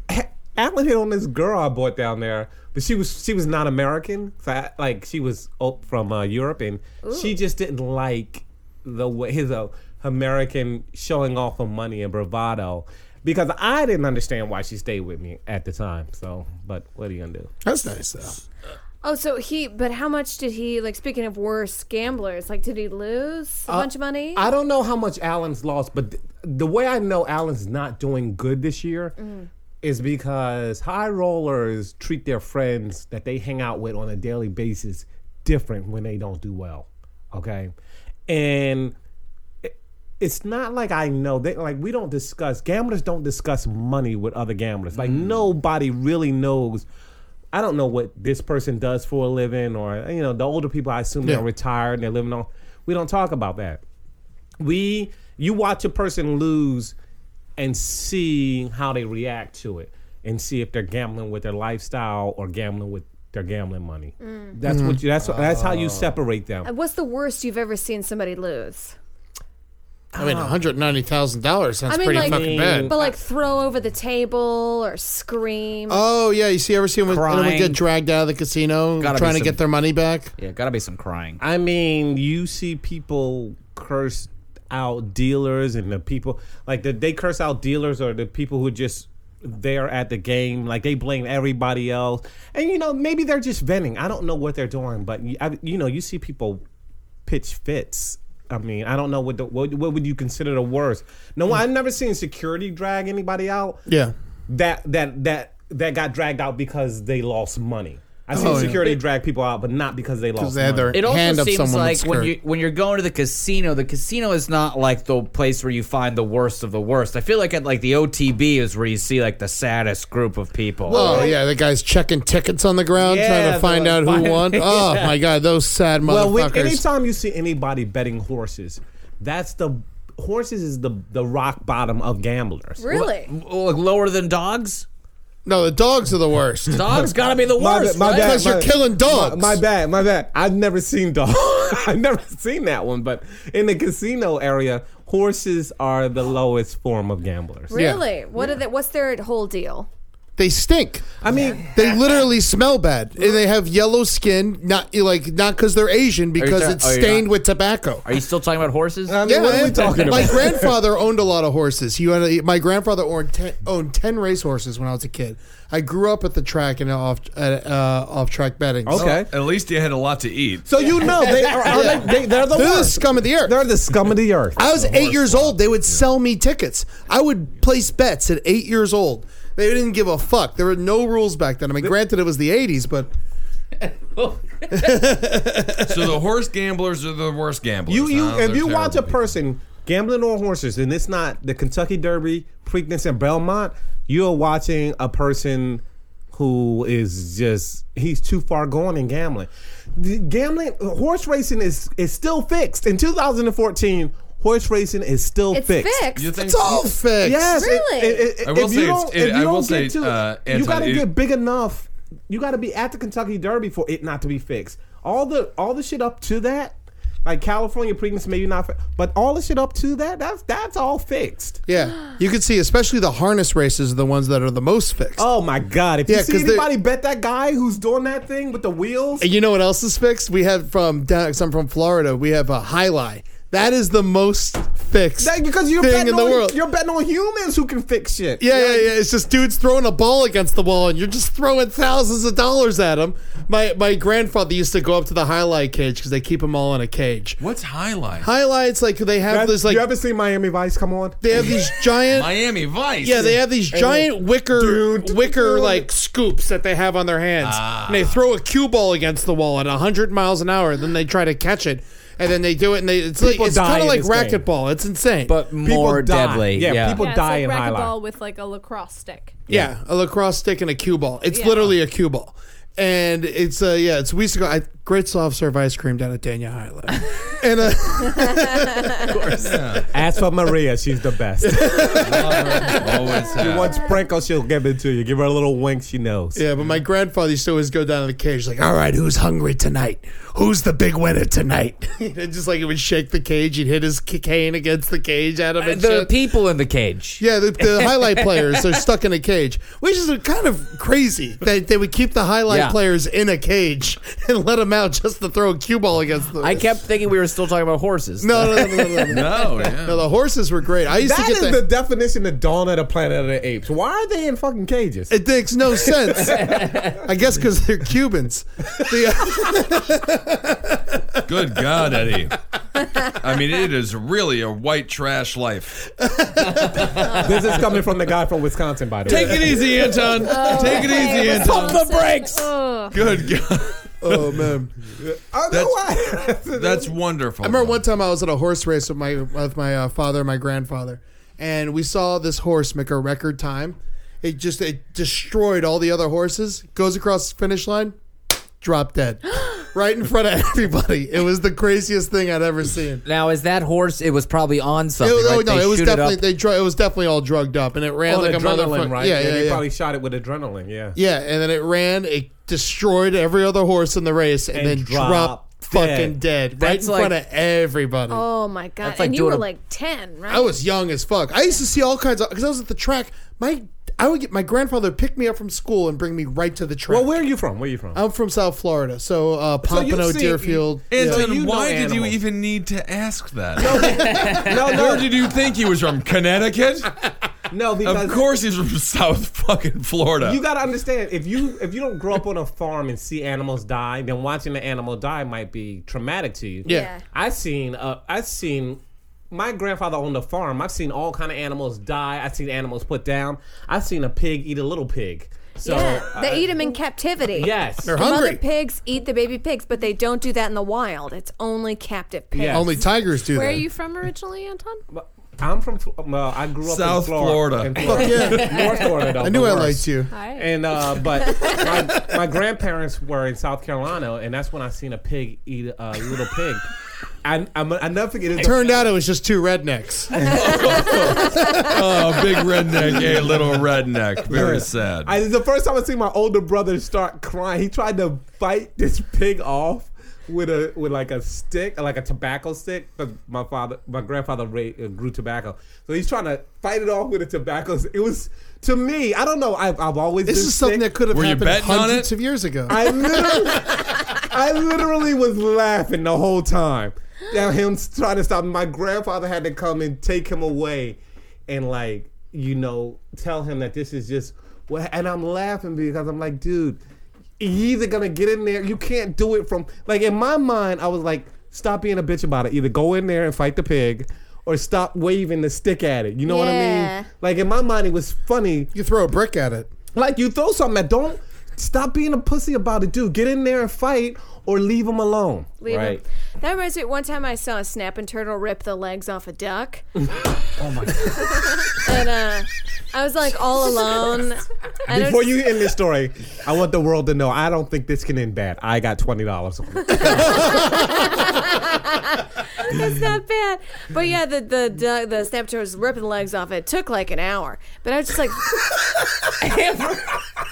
Speaker 3: Alan hit on this girl I bought down there, but she was she was not American. So I- like she was oh, from uh, Europe, and she just didn't like the way his uh, American showing off of money and bravado. Because I didn't understand why she stayed with me at the time. So, but what are you gonna do?
Speaker 2: That's nice, though.
Speaker 1: Oh, so he, but how much did he, like, speaking of worse gamblers, like, did he lose a
Speaker 3: Uh,
Speaker 1: bunch of money?
Speaker 3: I don't know how much Allen's lost, but th- the way I know Allen's not doing good this year is because high rollers treat their friends that they hang out with on a daily basis different when they don't do well. Okay, and it- it's not like I know they like we don't discuss gamblers don't discuss money with other gamblers. Like nobody really knows. I don't know what this person does for a living, or you know, the older people I assume
Speaker 8: Yeah.
Speaker 3: they're retired and they're living on. We don't talk about that we you watch a person lose and see how they react to it and see if they're gambling with their lifestyle or gambling with their gambling money. That's what you that's that's how you separate them.
Speaker 1: What's the worst you've ever seen somebody lose?
Speaker 2: I
Speaker 3: Oh.
Speaker 2: mean, one hundred ninety thousand dollars sounds
Speaker 1: I mean,
Speaker 2: pretty
Speaker 1: like,
Speaker 2: fucking bad.
Speaker 1: but like throw over the table or scream.
Speaker 2: Oh yeah, you see, ever see when anyone
Speaker 5: Crying.
Speaker 2: get dragged out of the casino
Speaker 5: Gotta be
Speaker 2: trying to
Speaker 5: some-
Speaker 2: get their money back?
Speaker 5: Yeah, gotta be some crying.
Speaker 3: I mean, you see people curse out dealers and the people like the, they curse out dealers or the people who just there at the game like they blame everybody else and you know maybe they're just venting i don't know what they're doing but you, I, you know you see people pitch fits i mean i don't know what the, what, what would you consider the worst no i've never seen security drag anybody out
Speaker 8: Yeah.
Speaker 3: that that that that got dragged out because they lost money i've seen
Speaker 2: Oh, yeah.
Speaker 3: security drag people out but not because they lost
Speaker 2: Because they had
Speaker 3: money.
Speaker 2: their
Speaker 5: It also
Speaker 2: hand up
Speaker 5: seems
Speaker 2: someone's
Speaker 5: like
Speaker 2: skirt.
Speaker 5: when you when you're going to the casino, the casino is not like the place where you find the worst of the worst. I feel like at like the OTB is where you see like the saddest group of people.
Speaker 2: Oh yeah, the guy's checking tickets on the ground
Speaker 3: Yeah,
Speaker 2: trying to
Speaker 3: they're
Speaker 2: find
Speaker 3: like,
Speaker 2: out
Speaker 3: "Fine."
Speaker 2: who won. Oh
Speaker 3: Yeah.
Speaker 2: my god, those sad
Speaker 3: Well, when,
Speaker 2: motherfuckers.
Speaker 3: anytime you see anybody betting horses, that's the horses is the the rock bottom of gamblers.
Speaker 1: really?
Speaker 5: like lower than dogs.
Speaker 2: no, the dogs are the worst.
Speaker 5: Dogs gotta be the
Speaker 3: My,
Speaker 5: worst.
Speaker 3: my
Speaker 5: right?
Speaker 3: bad.
Speaker 2: Because you're
Speaker 3: my-
Speaker 2: killing dogs.
Speaker 3: My, my bad. My bad. I've never seen dog. I've never seen that one. But in the casino area, horses are the lowest form of gamblers.
Speaker 1: Really? What are they, what's their whole deal?
Speaker 2: They stink.
Speaker 3: I mean,
Speaker 2: They literally smell bad, and they have yellow skin. Not like not because they're Asian, because
Speaker 5: ta-
Speaker 2: it's
Speaker 5: oh, you're
Speaker 2: stained
Speaker 5: not-
Speaker 2: with tobacco.
Speaker 5: Are you still talking about horses?
Speaker 3: I mean
Speaker 2: Yeah,
Speaker 3: what are we
Speaker 2: man.
Speaker 3: talking
Speaker 2: my
Speaker 3: about?
Speaker 2: grandfather owned a lot of horses. He owned a, my grandfather owned ten, owned ten racehorses when I was a kid. I grew up at the track and off at, uh, off track betting. So
Speaker 3: Okay.
Speaker 6: At least you had a lot to eat.
Speaker 3: So you know they are, are they, they, they're the
Speaker 2: they're the
Speaker 3: worst.
Speaker 2: scum of the earth.
Speaker 3: They're the scum of the earth.
Speaker 2: I was eight years old. They would sell me tickets. I would place bets at eight years old. They didn't give a fuck. There were no rules back then. I mean, granted, it was the '80s, but
Speaker 6: So the horse gamblers are the worst gamblers.
Speaker 3: You you
Speaker 6: huh?
Speaker 3: if
Speaker 6: They're
Speaker 3: you watch a
Speaker 6: terrible people.
Speaker 3: person gambling on horses and it's not the Kentucky Derby, Preakness, and Belmont, you're watching a person who is just he's too far gone in gambling. The gambling horse racing is is still fixed in 2014. Horse racing is still
Speaker 1: It's
Speaker 3: fixed.
Speaker 1: fixed.
Speaker 6: You think
Speaker 2: it's all fixed.
Speaker 3: Yes, it-
Speaker 1: Really?
Speaker 3: it- it-
Speaker 6: I will
Speaker 3: if you
Speaker 6: say it's-
Speaker 3: don't,
Speaker 6: it-
Speaker 3: if you
Speaker 6: I
Speaker 3: don't
Speaker 6: will
Speaker 3: get
Speaker 6: say,
Speaker 3: to, you
Speaker 6: uh,
Speaker 3: got
Speaker 6: Anton,
Speaker 3: to
Speaker 6: it-
Speaker 3: get big enough. You got to be at the Kentucky Derby for it not to be fixed. All the all the shit up to that, like California Preakness, maybe not, fi- but all the shit up to that, that's that's all fixed.
Speaker 2: yeah, you can see, especially the harness races are the ones that are the most fixed.
Speaker 3: Oh my god! If
Speaker 2: Yeah,
Speaker 3: you see
Speaker 2: 'cause they're-
Speaker 3: anybody bet that guy who's doing that thing with the wheels,
Speaker 2: And you know what else is fixed? We have from down, some from Florida. We have a high lie. That is the most fixed
Speaker 3: that, because you're
Speaker 2: thing
Speaker 3: betting
Speaker 2: in the
Speaker 3: on,
Speaker 2: world.
Speaker 3: you're betting on humans who can fix shit.
Speaker 2: yeah, yeah, yeah. It's just dudes throwing a ball against the wall, and you're just throwing thousands of dollars at them. My my grandfather used to go up to the high lie cage because they keep them all in a cage.
Speaker 6: What's highlight?
Speaker 2: Highlights like they have
Speaker 3: Have,
Speaker 2: this like
Speaker 3: you ever seen Miami Vice come on?
Speaker 2: they have these giant
Speaker 6: Miami Vice.
Speaker 2: Yeah, they have these giant wicker wicker like scoops that they have on their hands. And they throw a cue ball against the wall at 100 miles an hour, then they try to catch it. And then they do it and they it's like
Speaker 3: People
Speaker 2: it's
Speaker 3: die
Speaker 2: kind of
Speaker 3: in
Speaker 2: like
Speaker 3: this game.
Speaker 2: racquetball. It's insane.
Speaker 5: but
Speaker 3: People
Speaker 5: more
Speaker 3: die.
Speaker 5: deadly.
Speaker 3: Yeah,
Speaker 5: Yeah,
Speaker 3: people
Speaker 7: Yeah, it's
Speaker 3: die
Speaker 7: like
Speaker 3: in high life.
Speaker 7: racquetball with like a lacrosse stick.
Speaker 2: yeah, a lacrosse stick and a cue ball. It's
Speaker 7: Yeah.
Speaker 2: literally a cue ball. And it's uh yeah, it's we used to go I, great soft serve ice cream down at Dania Highland. and uh,
Speaker 3: As for Maria, she's the best.
Speaker 6: Always have.
Speaker 3: Once Franco, she'll give it to you. Give her a little wink. She knows.
Speaker 2: yeah, but my grandfather used to always go down to the cage like, "All right, who's hungry tonight? Who's the big winner tonight?" and just like it would shake the cage, he'd hit his cane against the cage out of it.
Speaker 5: Uh, the people in the cage.
Speaker 2: Yeah, the, the highlight players are stuck in a cage, which is kind of crazy that they would keep the highlight
Speaker 5: Yeah.
Speaker 2: players in a cage and let them out just to throw a cue ball against the.
Speaker 5: I kept thinking we were still talking about horses.
Speaker 2: No, no, no, no, no, no. no.
Speaker 6: No, Oh, yeah.
Speaker 2: No, the horses were great. I used
Speaker 3: That
Speaker 2: to
Speaker 3: is
Speaker 2: get that.
Speaker 3: the definition of Dawn of the Planet of the Apes. Why are they in fucking cages?
Speaker 2: it makes no sense. I guess because they're Cubans. The- uh,
Speaker 6: Good God, Eddie. I mean, it is really a white trash life.
Speaker 3: this is coming from the guy from Wisconsin, by the way.
Speaker 6: Take it easy, Anton.
Speaker 7: Oh,
Speaker 6: Take it easy, Anton.
Speaker 1: the brakes. Oh,
Speaker 6: Good God.
Speaker 2: oh man!
Speaker 3: Oh, no, why?
Speaker 6: That's wonderful.
Speaker 2: I remember one time I was at a horse race with my with my uh, father and my grandfather, and we saw this horse make a record time. It just it destroyed all the other horses. Goes across the finish line, drop dead, right in front of everybody. It was the craziest thing I'd ever seen.
Speaker 5: Now is that horse? It was probably on
Speaker 2: It
Speaker 5: something.
Speaker 2: was,
Speaker 5: right?
Speaker 2: oh, no,
Speaker 5: They
Speaker 2: it was
Speaker 5: shoot
Speaker 2: definitely
Speaker 5: up.
Speaker 2: they dr- it was definitely all drugged up, and it ran
Speaker 3: Oh,
Speaker 2: like a
Speaker 3: adrenaline,
Speaker 2: motherfucker.
Speaker 3: right?
Speaker 2: Yeah, yeah,
Speaker 3: they
Speaker 2: yeah.
Speaker 3: probably shot it with adrenaline, yeah.
Speaker 2: Yeah, and then it ran. It destroyed every other horse in the race, and,
Speaker 3: And
Speaker 2: then
Speaker 3: dropped
Speaker 2: dropped fucking dead right
Speaker 5: That's
Speaker 2: in front
Speaker 5: like-
Speaker 2: of everybody.
Speaker 1: Oh my god!
Speaker 5: like
Speaker 1: and you
Speaker 5: doing
Speaker 1: were
Speaker 5: a-
Speaker 1: like ten, right?
Speaker 2: I was young as fuck. I used to see all kinds of because I was at the track. My I would get my grandfather would pick me up from school and bring me right to the track.
Speaker 3: Well, where are you from? Where are you from?
Speaker 2: I'm from South Florida, so uh,
Speaker 3: So you've
Speaker 2: Pompano,
Speaker 3: seen-
Speaker 2: Deerfield.
Speaker 6: And
Speaker 2: yeah.
Speaker 3: So you know
Speaker 6: why did you
Speaker 3: animals.
Speaker 6: even need to ask that?
Speaker 3: no,
Speaker 6: Where
Speaker 3: no,
Speaker 6: did you think he was from? Connecticut?
Speaker 3: no, because
Speaker 6: Of course he's from South fucking Florida.
Speaker 3: You gotta understand if you if you don't grow up on a farm and see animals die, then watching the animal die might be traumatic to you.
Speaker 2: Yeah.
Speaker 1: Yeah.
Speaker 3: I seen uh, I seen my grandfather owned a farm. I've seen all kind of animals die. I've seen animals put down. I've seen a pig eat a little pig. So
Speaker 1: yeah, they
Speaker 3: uh,
Speaker 1: eat them in captivity.
Speaker 3: yes.
Speaker 2: They're
Speaker 1: The
Speaker 2: hungry.
Speaker 1: mother pigs eat the baby pigs, but they don't do that in the wild. It's only captive pigs.
Speaker 3: Yeah.
Speaker 2: Only tigers do
Speaker 1: Where are
Speaker 2: that.
Speaker 1: you from originally, Anton?
Speaker 3: I'm from Fl- well, I grew up
Speaker 6: South
Speaker 3: in Florida.
Speaker 6: Florida.
Speaker 3: In Florida. North Florida though.
Speaker 2: I knew
Speaker 3: but
Speaker 2: I
Speaker 3: worse.
Speaker 2: liked you.
Speaker 1: All right.
Speaker 3: And uh, but my, my grandparents were in South Carolina, and that's when I seen a pig eat uh, a little pig. I I'm, I never forget. It
Speaker 2: Turned out it was just two rednecks.
Speaker 6: oh, big redneck, a little redneck. Very sad.
Speaker 3: I, it's the first time I see my older brother start crying. He tried to fight this pig off with a with like a stick, like a tobacco stick. But my father, my grandfather ra- uh, grew tobacco, so he's trying to fight it off with a tobacco. stick. It was to me. I don't know. I've, I've always
Speaker 2: This
Speaker 3: been
Speaker 2: is something
Speaker 3: sick.
Speaker 2: that could have
Speaker 6: Were you
Speaker 2: happened
Speaker 6: betting on
Speaker 2: hundreds
Speaker 6: it?
Speaker 2: of years ago.
Speaker 3: I literally, I literally was laughing the whole time. Now him trying to stop me. My grandfather had to come and take him away, and like you know, tell him that this is just. what- And I'm laughing because I'm like, dude, you either gonna get in there. You can't do it from like in my mind. I was like, stop being a bitch about it. Either go in there and fight the pig. Or stop waving the stick at it. You know what I
Speaker 1: Yeah.
Speaker 3: mean? Like in my mind, it was funny
Speaker 2: you throw a brick at it.
Speaker 3: like you throw something at don't stop being a pussy about it, dude. Get in there and fight or leave them alone.
Speaker 1: Leave 'em.
Speaker 5: Right.
Speaker 1: That reminds me. One time I saw a snapping turtle rip the legs off a duck. oh my! and uh, I was like all alone. And
Speaker 3: Before
Speaker 1: it's-
Speaker 3: you end this story, I want the world to know I don't think this can end bad. I got twenty dollars.
Speaker 1: It's not bad. But yeah, the the the, the snapper was ripping the legs off. It took like an hour. But I was just like,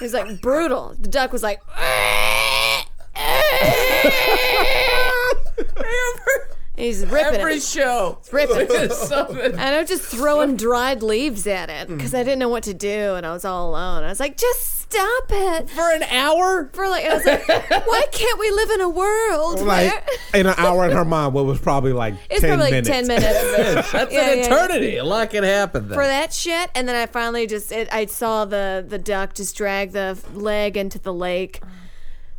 Speaker 1: it was like brutal. The duck was like, he's ripping
Speaker 5: Every
Speaker 1: it.
Speaker 5: show.
Speaker 1: He's ripping it.
Speaker 5: Something.
Speaker 1: And I was just throwing dried leaves at it because I didn't know what to do, and I was all alone. I was like, just stop it
Speaker 5: For an hour?
Speaker 1: for like. I was like, why can't we live in a world
Speaker 3: like
Speaker 1: where?
Speaker 3: in an hour in her mind, what was probably like
Speaker 1: It's
Speaker 3: 10
Speaker 1: probably
Speaker 3: minutes.
Speaker 1: like ten minutes.
Speaker 5: That's
Speaker 1: Yeah,
Speaker 5: an
Speaker 1: yeah,
Speaker 5: eternity. A lot can happen then.
Speaker 1: for that shit and then i finally just it, i saw the the duck just drag the f- leg into the lake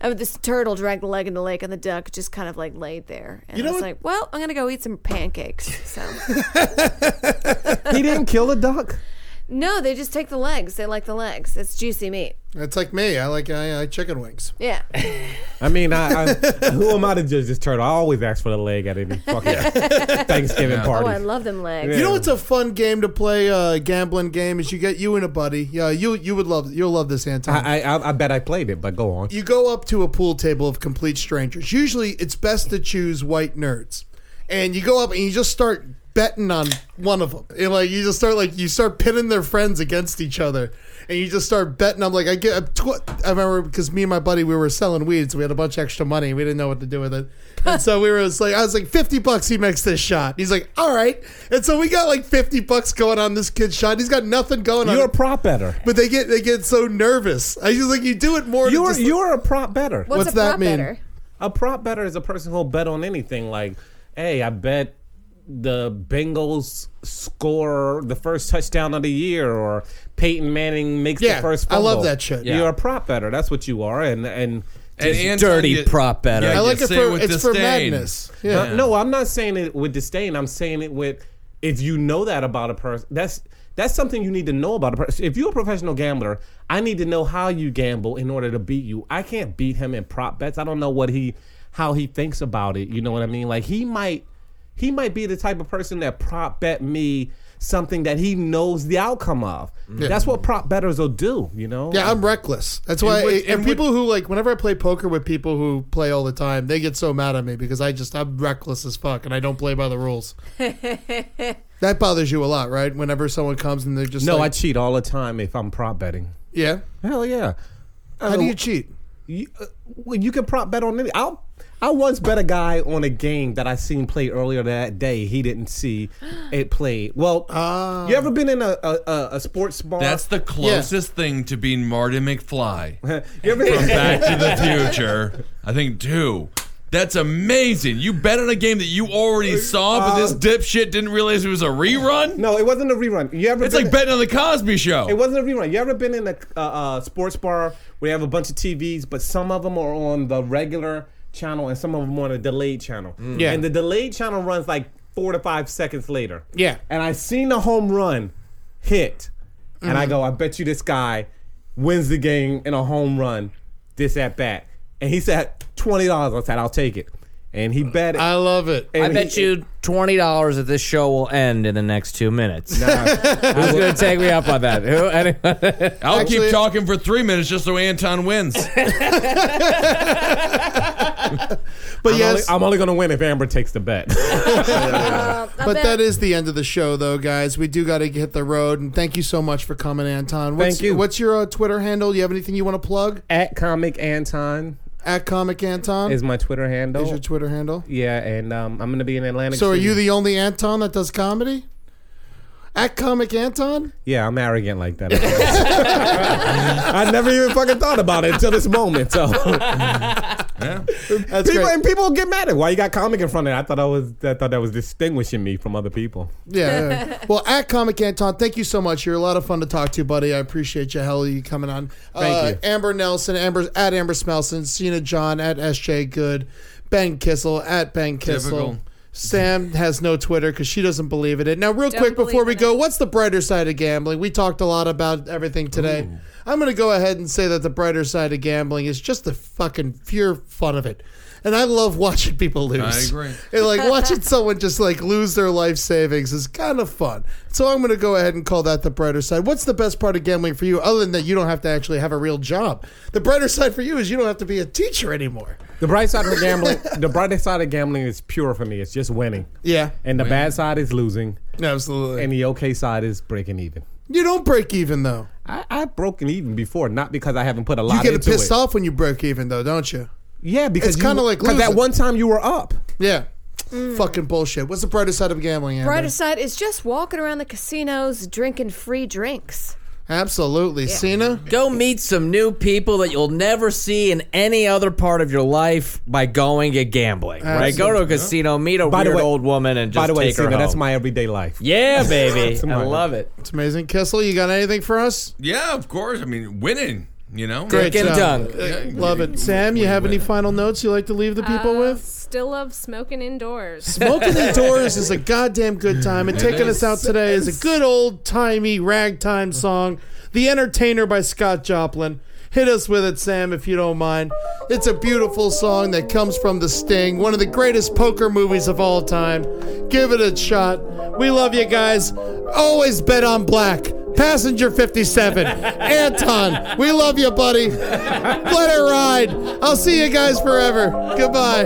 Speaker 1: Oh, this turtle dragged the leg in the lake, and the duck just kind of like laid there. And I was like, "Well, I'm gonna go eat some pancakes." So
Speaker 3: He didn't kill a duck.
Speaker 1: no, they just take the legs. They like the legs. It's juicy meat.
Speaker 2: It's like me. I like I, I like chicken wings.
Speaker 1: Yeah,
Speaker 3: I mean, I, I who am I to judge this turtle? I always ask for the leg at any fucking Thanksgiving
Speaker 1: oh,
Speaker 3: party.
Speaker 1: I love them legs.
Speaker 2: You know what's a fun game to play? Uh, gambling game is you get you and a buddy. Yeah, you you would love you'll love this Anton.
Speaker 3: I, I I bet I played it, but go on.
Speaker 2: you go up to a pool table of complete strangers. Usually, it's best to choose white nerds, and you go up and you just start betting on one of them. And like you just start like you start pitting their friends against each other, and you just start betting. I'm like I get. I'm Tw- I remember because me and my buddy we were selling weed, so we had a bunch of extra money. We didn't know what to do with it, and so we were just like I was like fifty bucks. He makes this shot. He's like all right, and so we got like fifty bucks going on this kid's shot. He's got nothing going on.
Speaker 3: You're a
Speaker 2: it.
Speaker 3: prop better.
Speaker 2: but they get they get so nervous. I just like you do it more. to
Speaker 3: You're
Speaker 2: just-
Speaker 3: you're a prop better.
Speaker 1: What's,
Speaker 2: What's
Speaker 1: a
Speaker 2: that
Speaker 1: prop
Speaker 2: mean?
Speaker 1: better?
Speaker 3: A a prop better is a person who'll bet on anything. Like, hey, I bet the Bengals score the first touchdown of the year, or Peyton Manning makes
Speaker 2: Yeah,
Speaker 3: the first.
Speaker 2: I
Speaker 3: Fumble.
Speaker 2: love that shit.
Speaker 3: You're a prop better. That's what you are, and and.
Speaker 6: And
Speaker 3: just-
Speaker 6: Anton,
Speaker 4: dirty prop better.
Speaker 2: I
Speaker 6: you
Speaker 2: like it
Speaker 6: say
Speaker 2: for-
Speaker 6: with
Speaker 2: it's for
Speaker 6: disdain.
Speaker 2: madness. Yeah.
Speaker 3: Uh, No, I'm not saying it with disdain. I'm saying it with if you know that about a person, that's that's something you need to know about a person. If you're a professional gambler, I need to know how you gamble in order to beat you. I can't beat him in prop bets. I don't know what he how he thinks about it. You know what I mean? Like he might he might be the type of person that prop bet me something that he knows the outcome of. That's what prop betters will do, you know?
Speaker 2: Yeah, I'm reckless. That's why.
Speaker 6: would-
Speaker 2: And,
Speaker 6: it would-
Speaker 2: people who like, whenever I play poker with people who play all the time, they get so mad at me because I just I'm reckless as fuck and I don't play by the rules. that bothers you a lot, right? Whenever someone comes and they're just
Speaker 3: no,
Speaker 2: like,
Speaker 3: I cheat all the time if I'm prop betting.
Speaker 2: yeah.
Speaker 3: Hell yeah.
Speaker 2: How do you cheat?
Speaker 3: You, uh, well, you can prop bet on any. I I once bet a guy on a game that I seen play earlier that day. He didn't see it played. Well, you ever been in a a, a, a sports bar?
Speaker 6: Ah. That's the closest thing to being Marty McFly from
Speaker 3: you ever
Speaker 6: Back to the Future. I think two. That's amazing. You bet on a game that you already saw, but
Speaker 3: Uh,
Speaker 6: this dipshit didn't realize it was a rerun.
Speaker 3: No, it wasn't a rerun. You ever?
Speaker 6: It's
Speaker 3: been
Speaker 6: like betting on the Cosby Show.
Speaker 3: It wasn't a rerun. You ever been in a uh, uh, sports bar where you have a bunch of TVs, but some of them are on the regular channel and some of them on a delayed channel?
Speaker 2: Yeah.
Speaker 3: And the delayed channel runs like four to five seconds later.
Speaker 2: Yeah.
Speaker 3: And I seen the home run hit, and
Speaker 2: Mm.
Speaker 3: I go, I bet you this guy wins the game in a home run this at bat. And he said twenty dollars. I said I'll take it, and he bet it.
Speaker 2: I love it.
Speaker 3: and
Speaker 4: I
Speaker 3: he-
Speaker 4: bet you twenty dollars that this show will end in the next two minutes. Who's gonna take me up on that? Who? Anyone?
Speaker 6: I'll
Speaker 2: Actually-
Speaker 6: keep talking for three minutes just so Anton wins.
Speaker 2: But
Speaker 3: I'm,
Speaker 2: yes,
Speaker 3: only, I'm only gonna win if Amber takes the bet.
Speaker 2: Uh,
Speaker 1: Uh,
Speaker 2: but that is the end of the show, though, guys. We do got to hit the road, and thank you so much for coming, Anton. What's,
Speaker 3: Thank you.
Speaker 2: What's your uh, Twitter handle? You have anything you want to plug?
Speaker 3: at Comic Anton
Speaker 2: At Comic Anton
Speaker 3: is my Twitter handle.
Speaker 2: is your Twitter handle.
Speaker 3: Yeah, and um, I'm gonna be in Atlantic.
Speaker 2: So are
Speaker 3: City.
Speaker 2: you the only Anton that does comedy? At Comic Anton?
Speaker 3: Yeah, I'm arrogant like that. I never even fucking thought about it until this moment. So
Speaker 6: Yeah.
Speaker 2: That's
Speaker 3: people
Speaker 2: great.
Speaker 3: and people get mad at why you got comic in front of it. I thought I was I thought that was distinguishing me from other people.
Speaker 2: Yeah, yeah. Well, at Comic Anton, thank you so much. You're a lot of fun to talk to, buddy. I appreciate you. Hell, you coming on. Uh,
Speaker 3: Thank you.
Speaker 2: Amber Nelson, Amber at Amber Smelson, Cena John at SJ Good, Ben Kissel at Ben Kissel.
Speaker 6: Typical.
Speaker 2: Sam has no Twitter because she doesn't believe in it. Now, real
Speaker 7: Don't
Speaker 2: quick before
Speaker 7: believe
Speaker 2: we
Speaker 7: in
Speaker 2: go,
Speaker 7: it.
Speaker 2: what's the brighter side of gambling? We talked a lot about everything today. I'm going to go ahead and say that the brighter side of gambling is just the fucking pure fun of it. And I love watching people lose.
Speaker 6: I agree.
Speaker 2: And like watching someone just like lose their life savings is kind of fun. So I'm going to go ahead and call that the brighter side. What's the best part of gambling for you, other than that you don't have to actually have a real job? The brighter side for you is you don't have to be a teacher anymore.
Speaker 3: The bright side of gambling, the bright side of gambling is pure for me. It's just winning,
Speaker 2: Yeah,
Speaker 3: and the bad side is losing,
Speaker 2: absolutely.
Speaker 3: and the okay side is breaking even.
Speaker 2: you don't break even though.
Speaker 3: I, I've broken even before, not because I haven't put a lot
Speaker 2: You get
Speaker 3: into it.
Speaker 2: pissed off when you break even though, don't you?
Speaker 3: Yeah, because
Speaker 2: It's
Speaker 3: you-
Speaker 2: kinda like
Speaker 3: 'cause that
Speaker 2: losing.
Speaker 3: one time you were up.
Speaker 2: Yeah.
Speaker 6: Mm.
Speaker 2: Fucking bullshit. What's the brighter side of gambling? Amber?
Speaker 1: Brighter side is just walking around the casinos drinking free drinks.
Speaker 2: Absolutely, Cena.
Speaker 4: Go meet some new people that you'll never see in any other part of your life by going and gambling. Right? Go to a casino, meet a
Speaker 3: By the
Speaker 4: weird
Speaker 3: way-
Speaker 4: old woman, and just
Speaker 3: By the way,
Speaker 4: take her
Speaker 3: Cena,
Speaker 4: home.
Speaker 3: that's my everyday life.
Speaker 4: yeah, baby. I
Speaker 3: my-
Speaker 4: love it.
Speaker 2: It's amazing. Kissel, you got anything for us?
Speaker 6: Yeah, of course. I mean, winning, you know?
Speaker 4: Dick and dunk.
Speaker 2: Uh, Love it. Sam, you have any final notes you like to leave the people with?
Speaker 7: Still love smoking indoors.
Speaker 2: Smoking indoors is a goddamn good time, and taking us out today is a good old timey ragtime song, "The Entertainer" by Scott Joplin. Hit us with it, Sam, if you don't mind. It's a beautiful song that comes from The Sting, one of the greatest poker movies of all time. Give it a shot. We love you guys. Always bet on black. Passenger 57. Anton, we love you, buddy. Let it ride. I'll see you guys forever. Goodbye.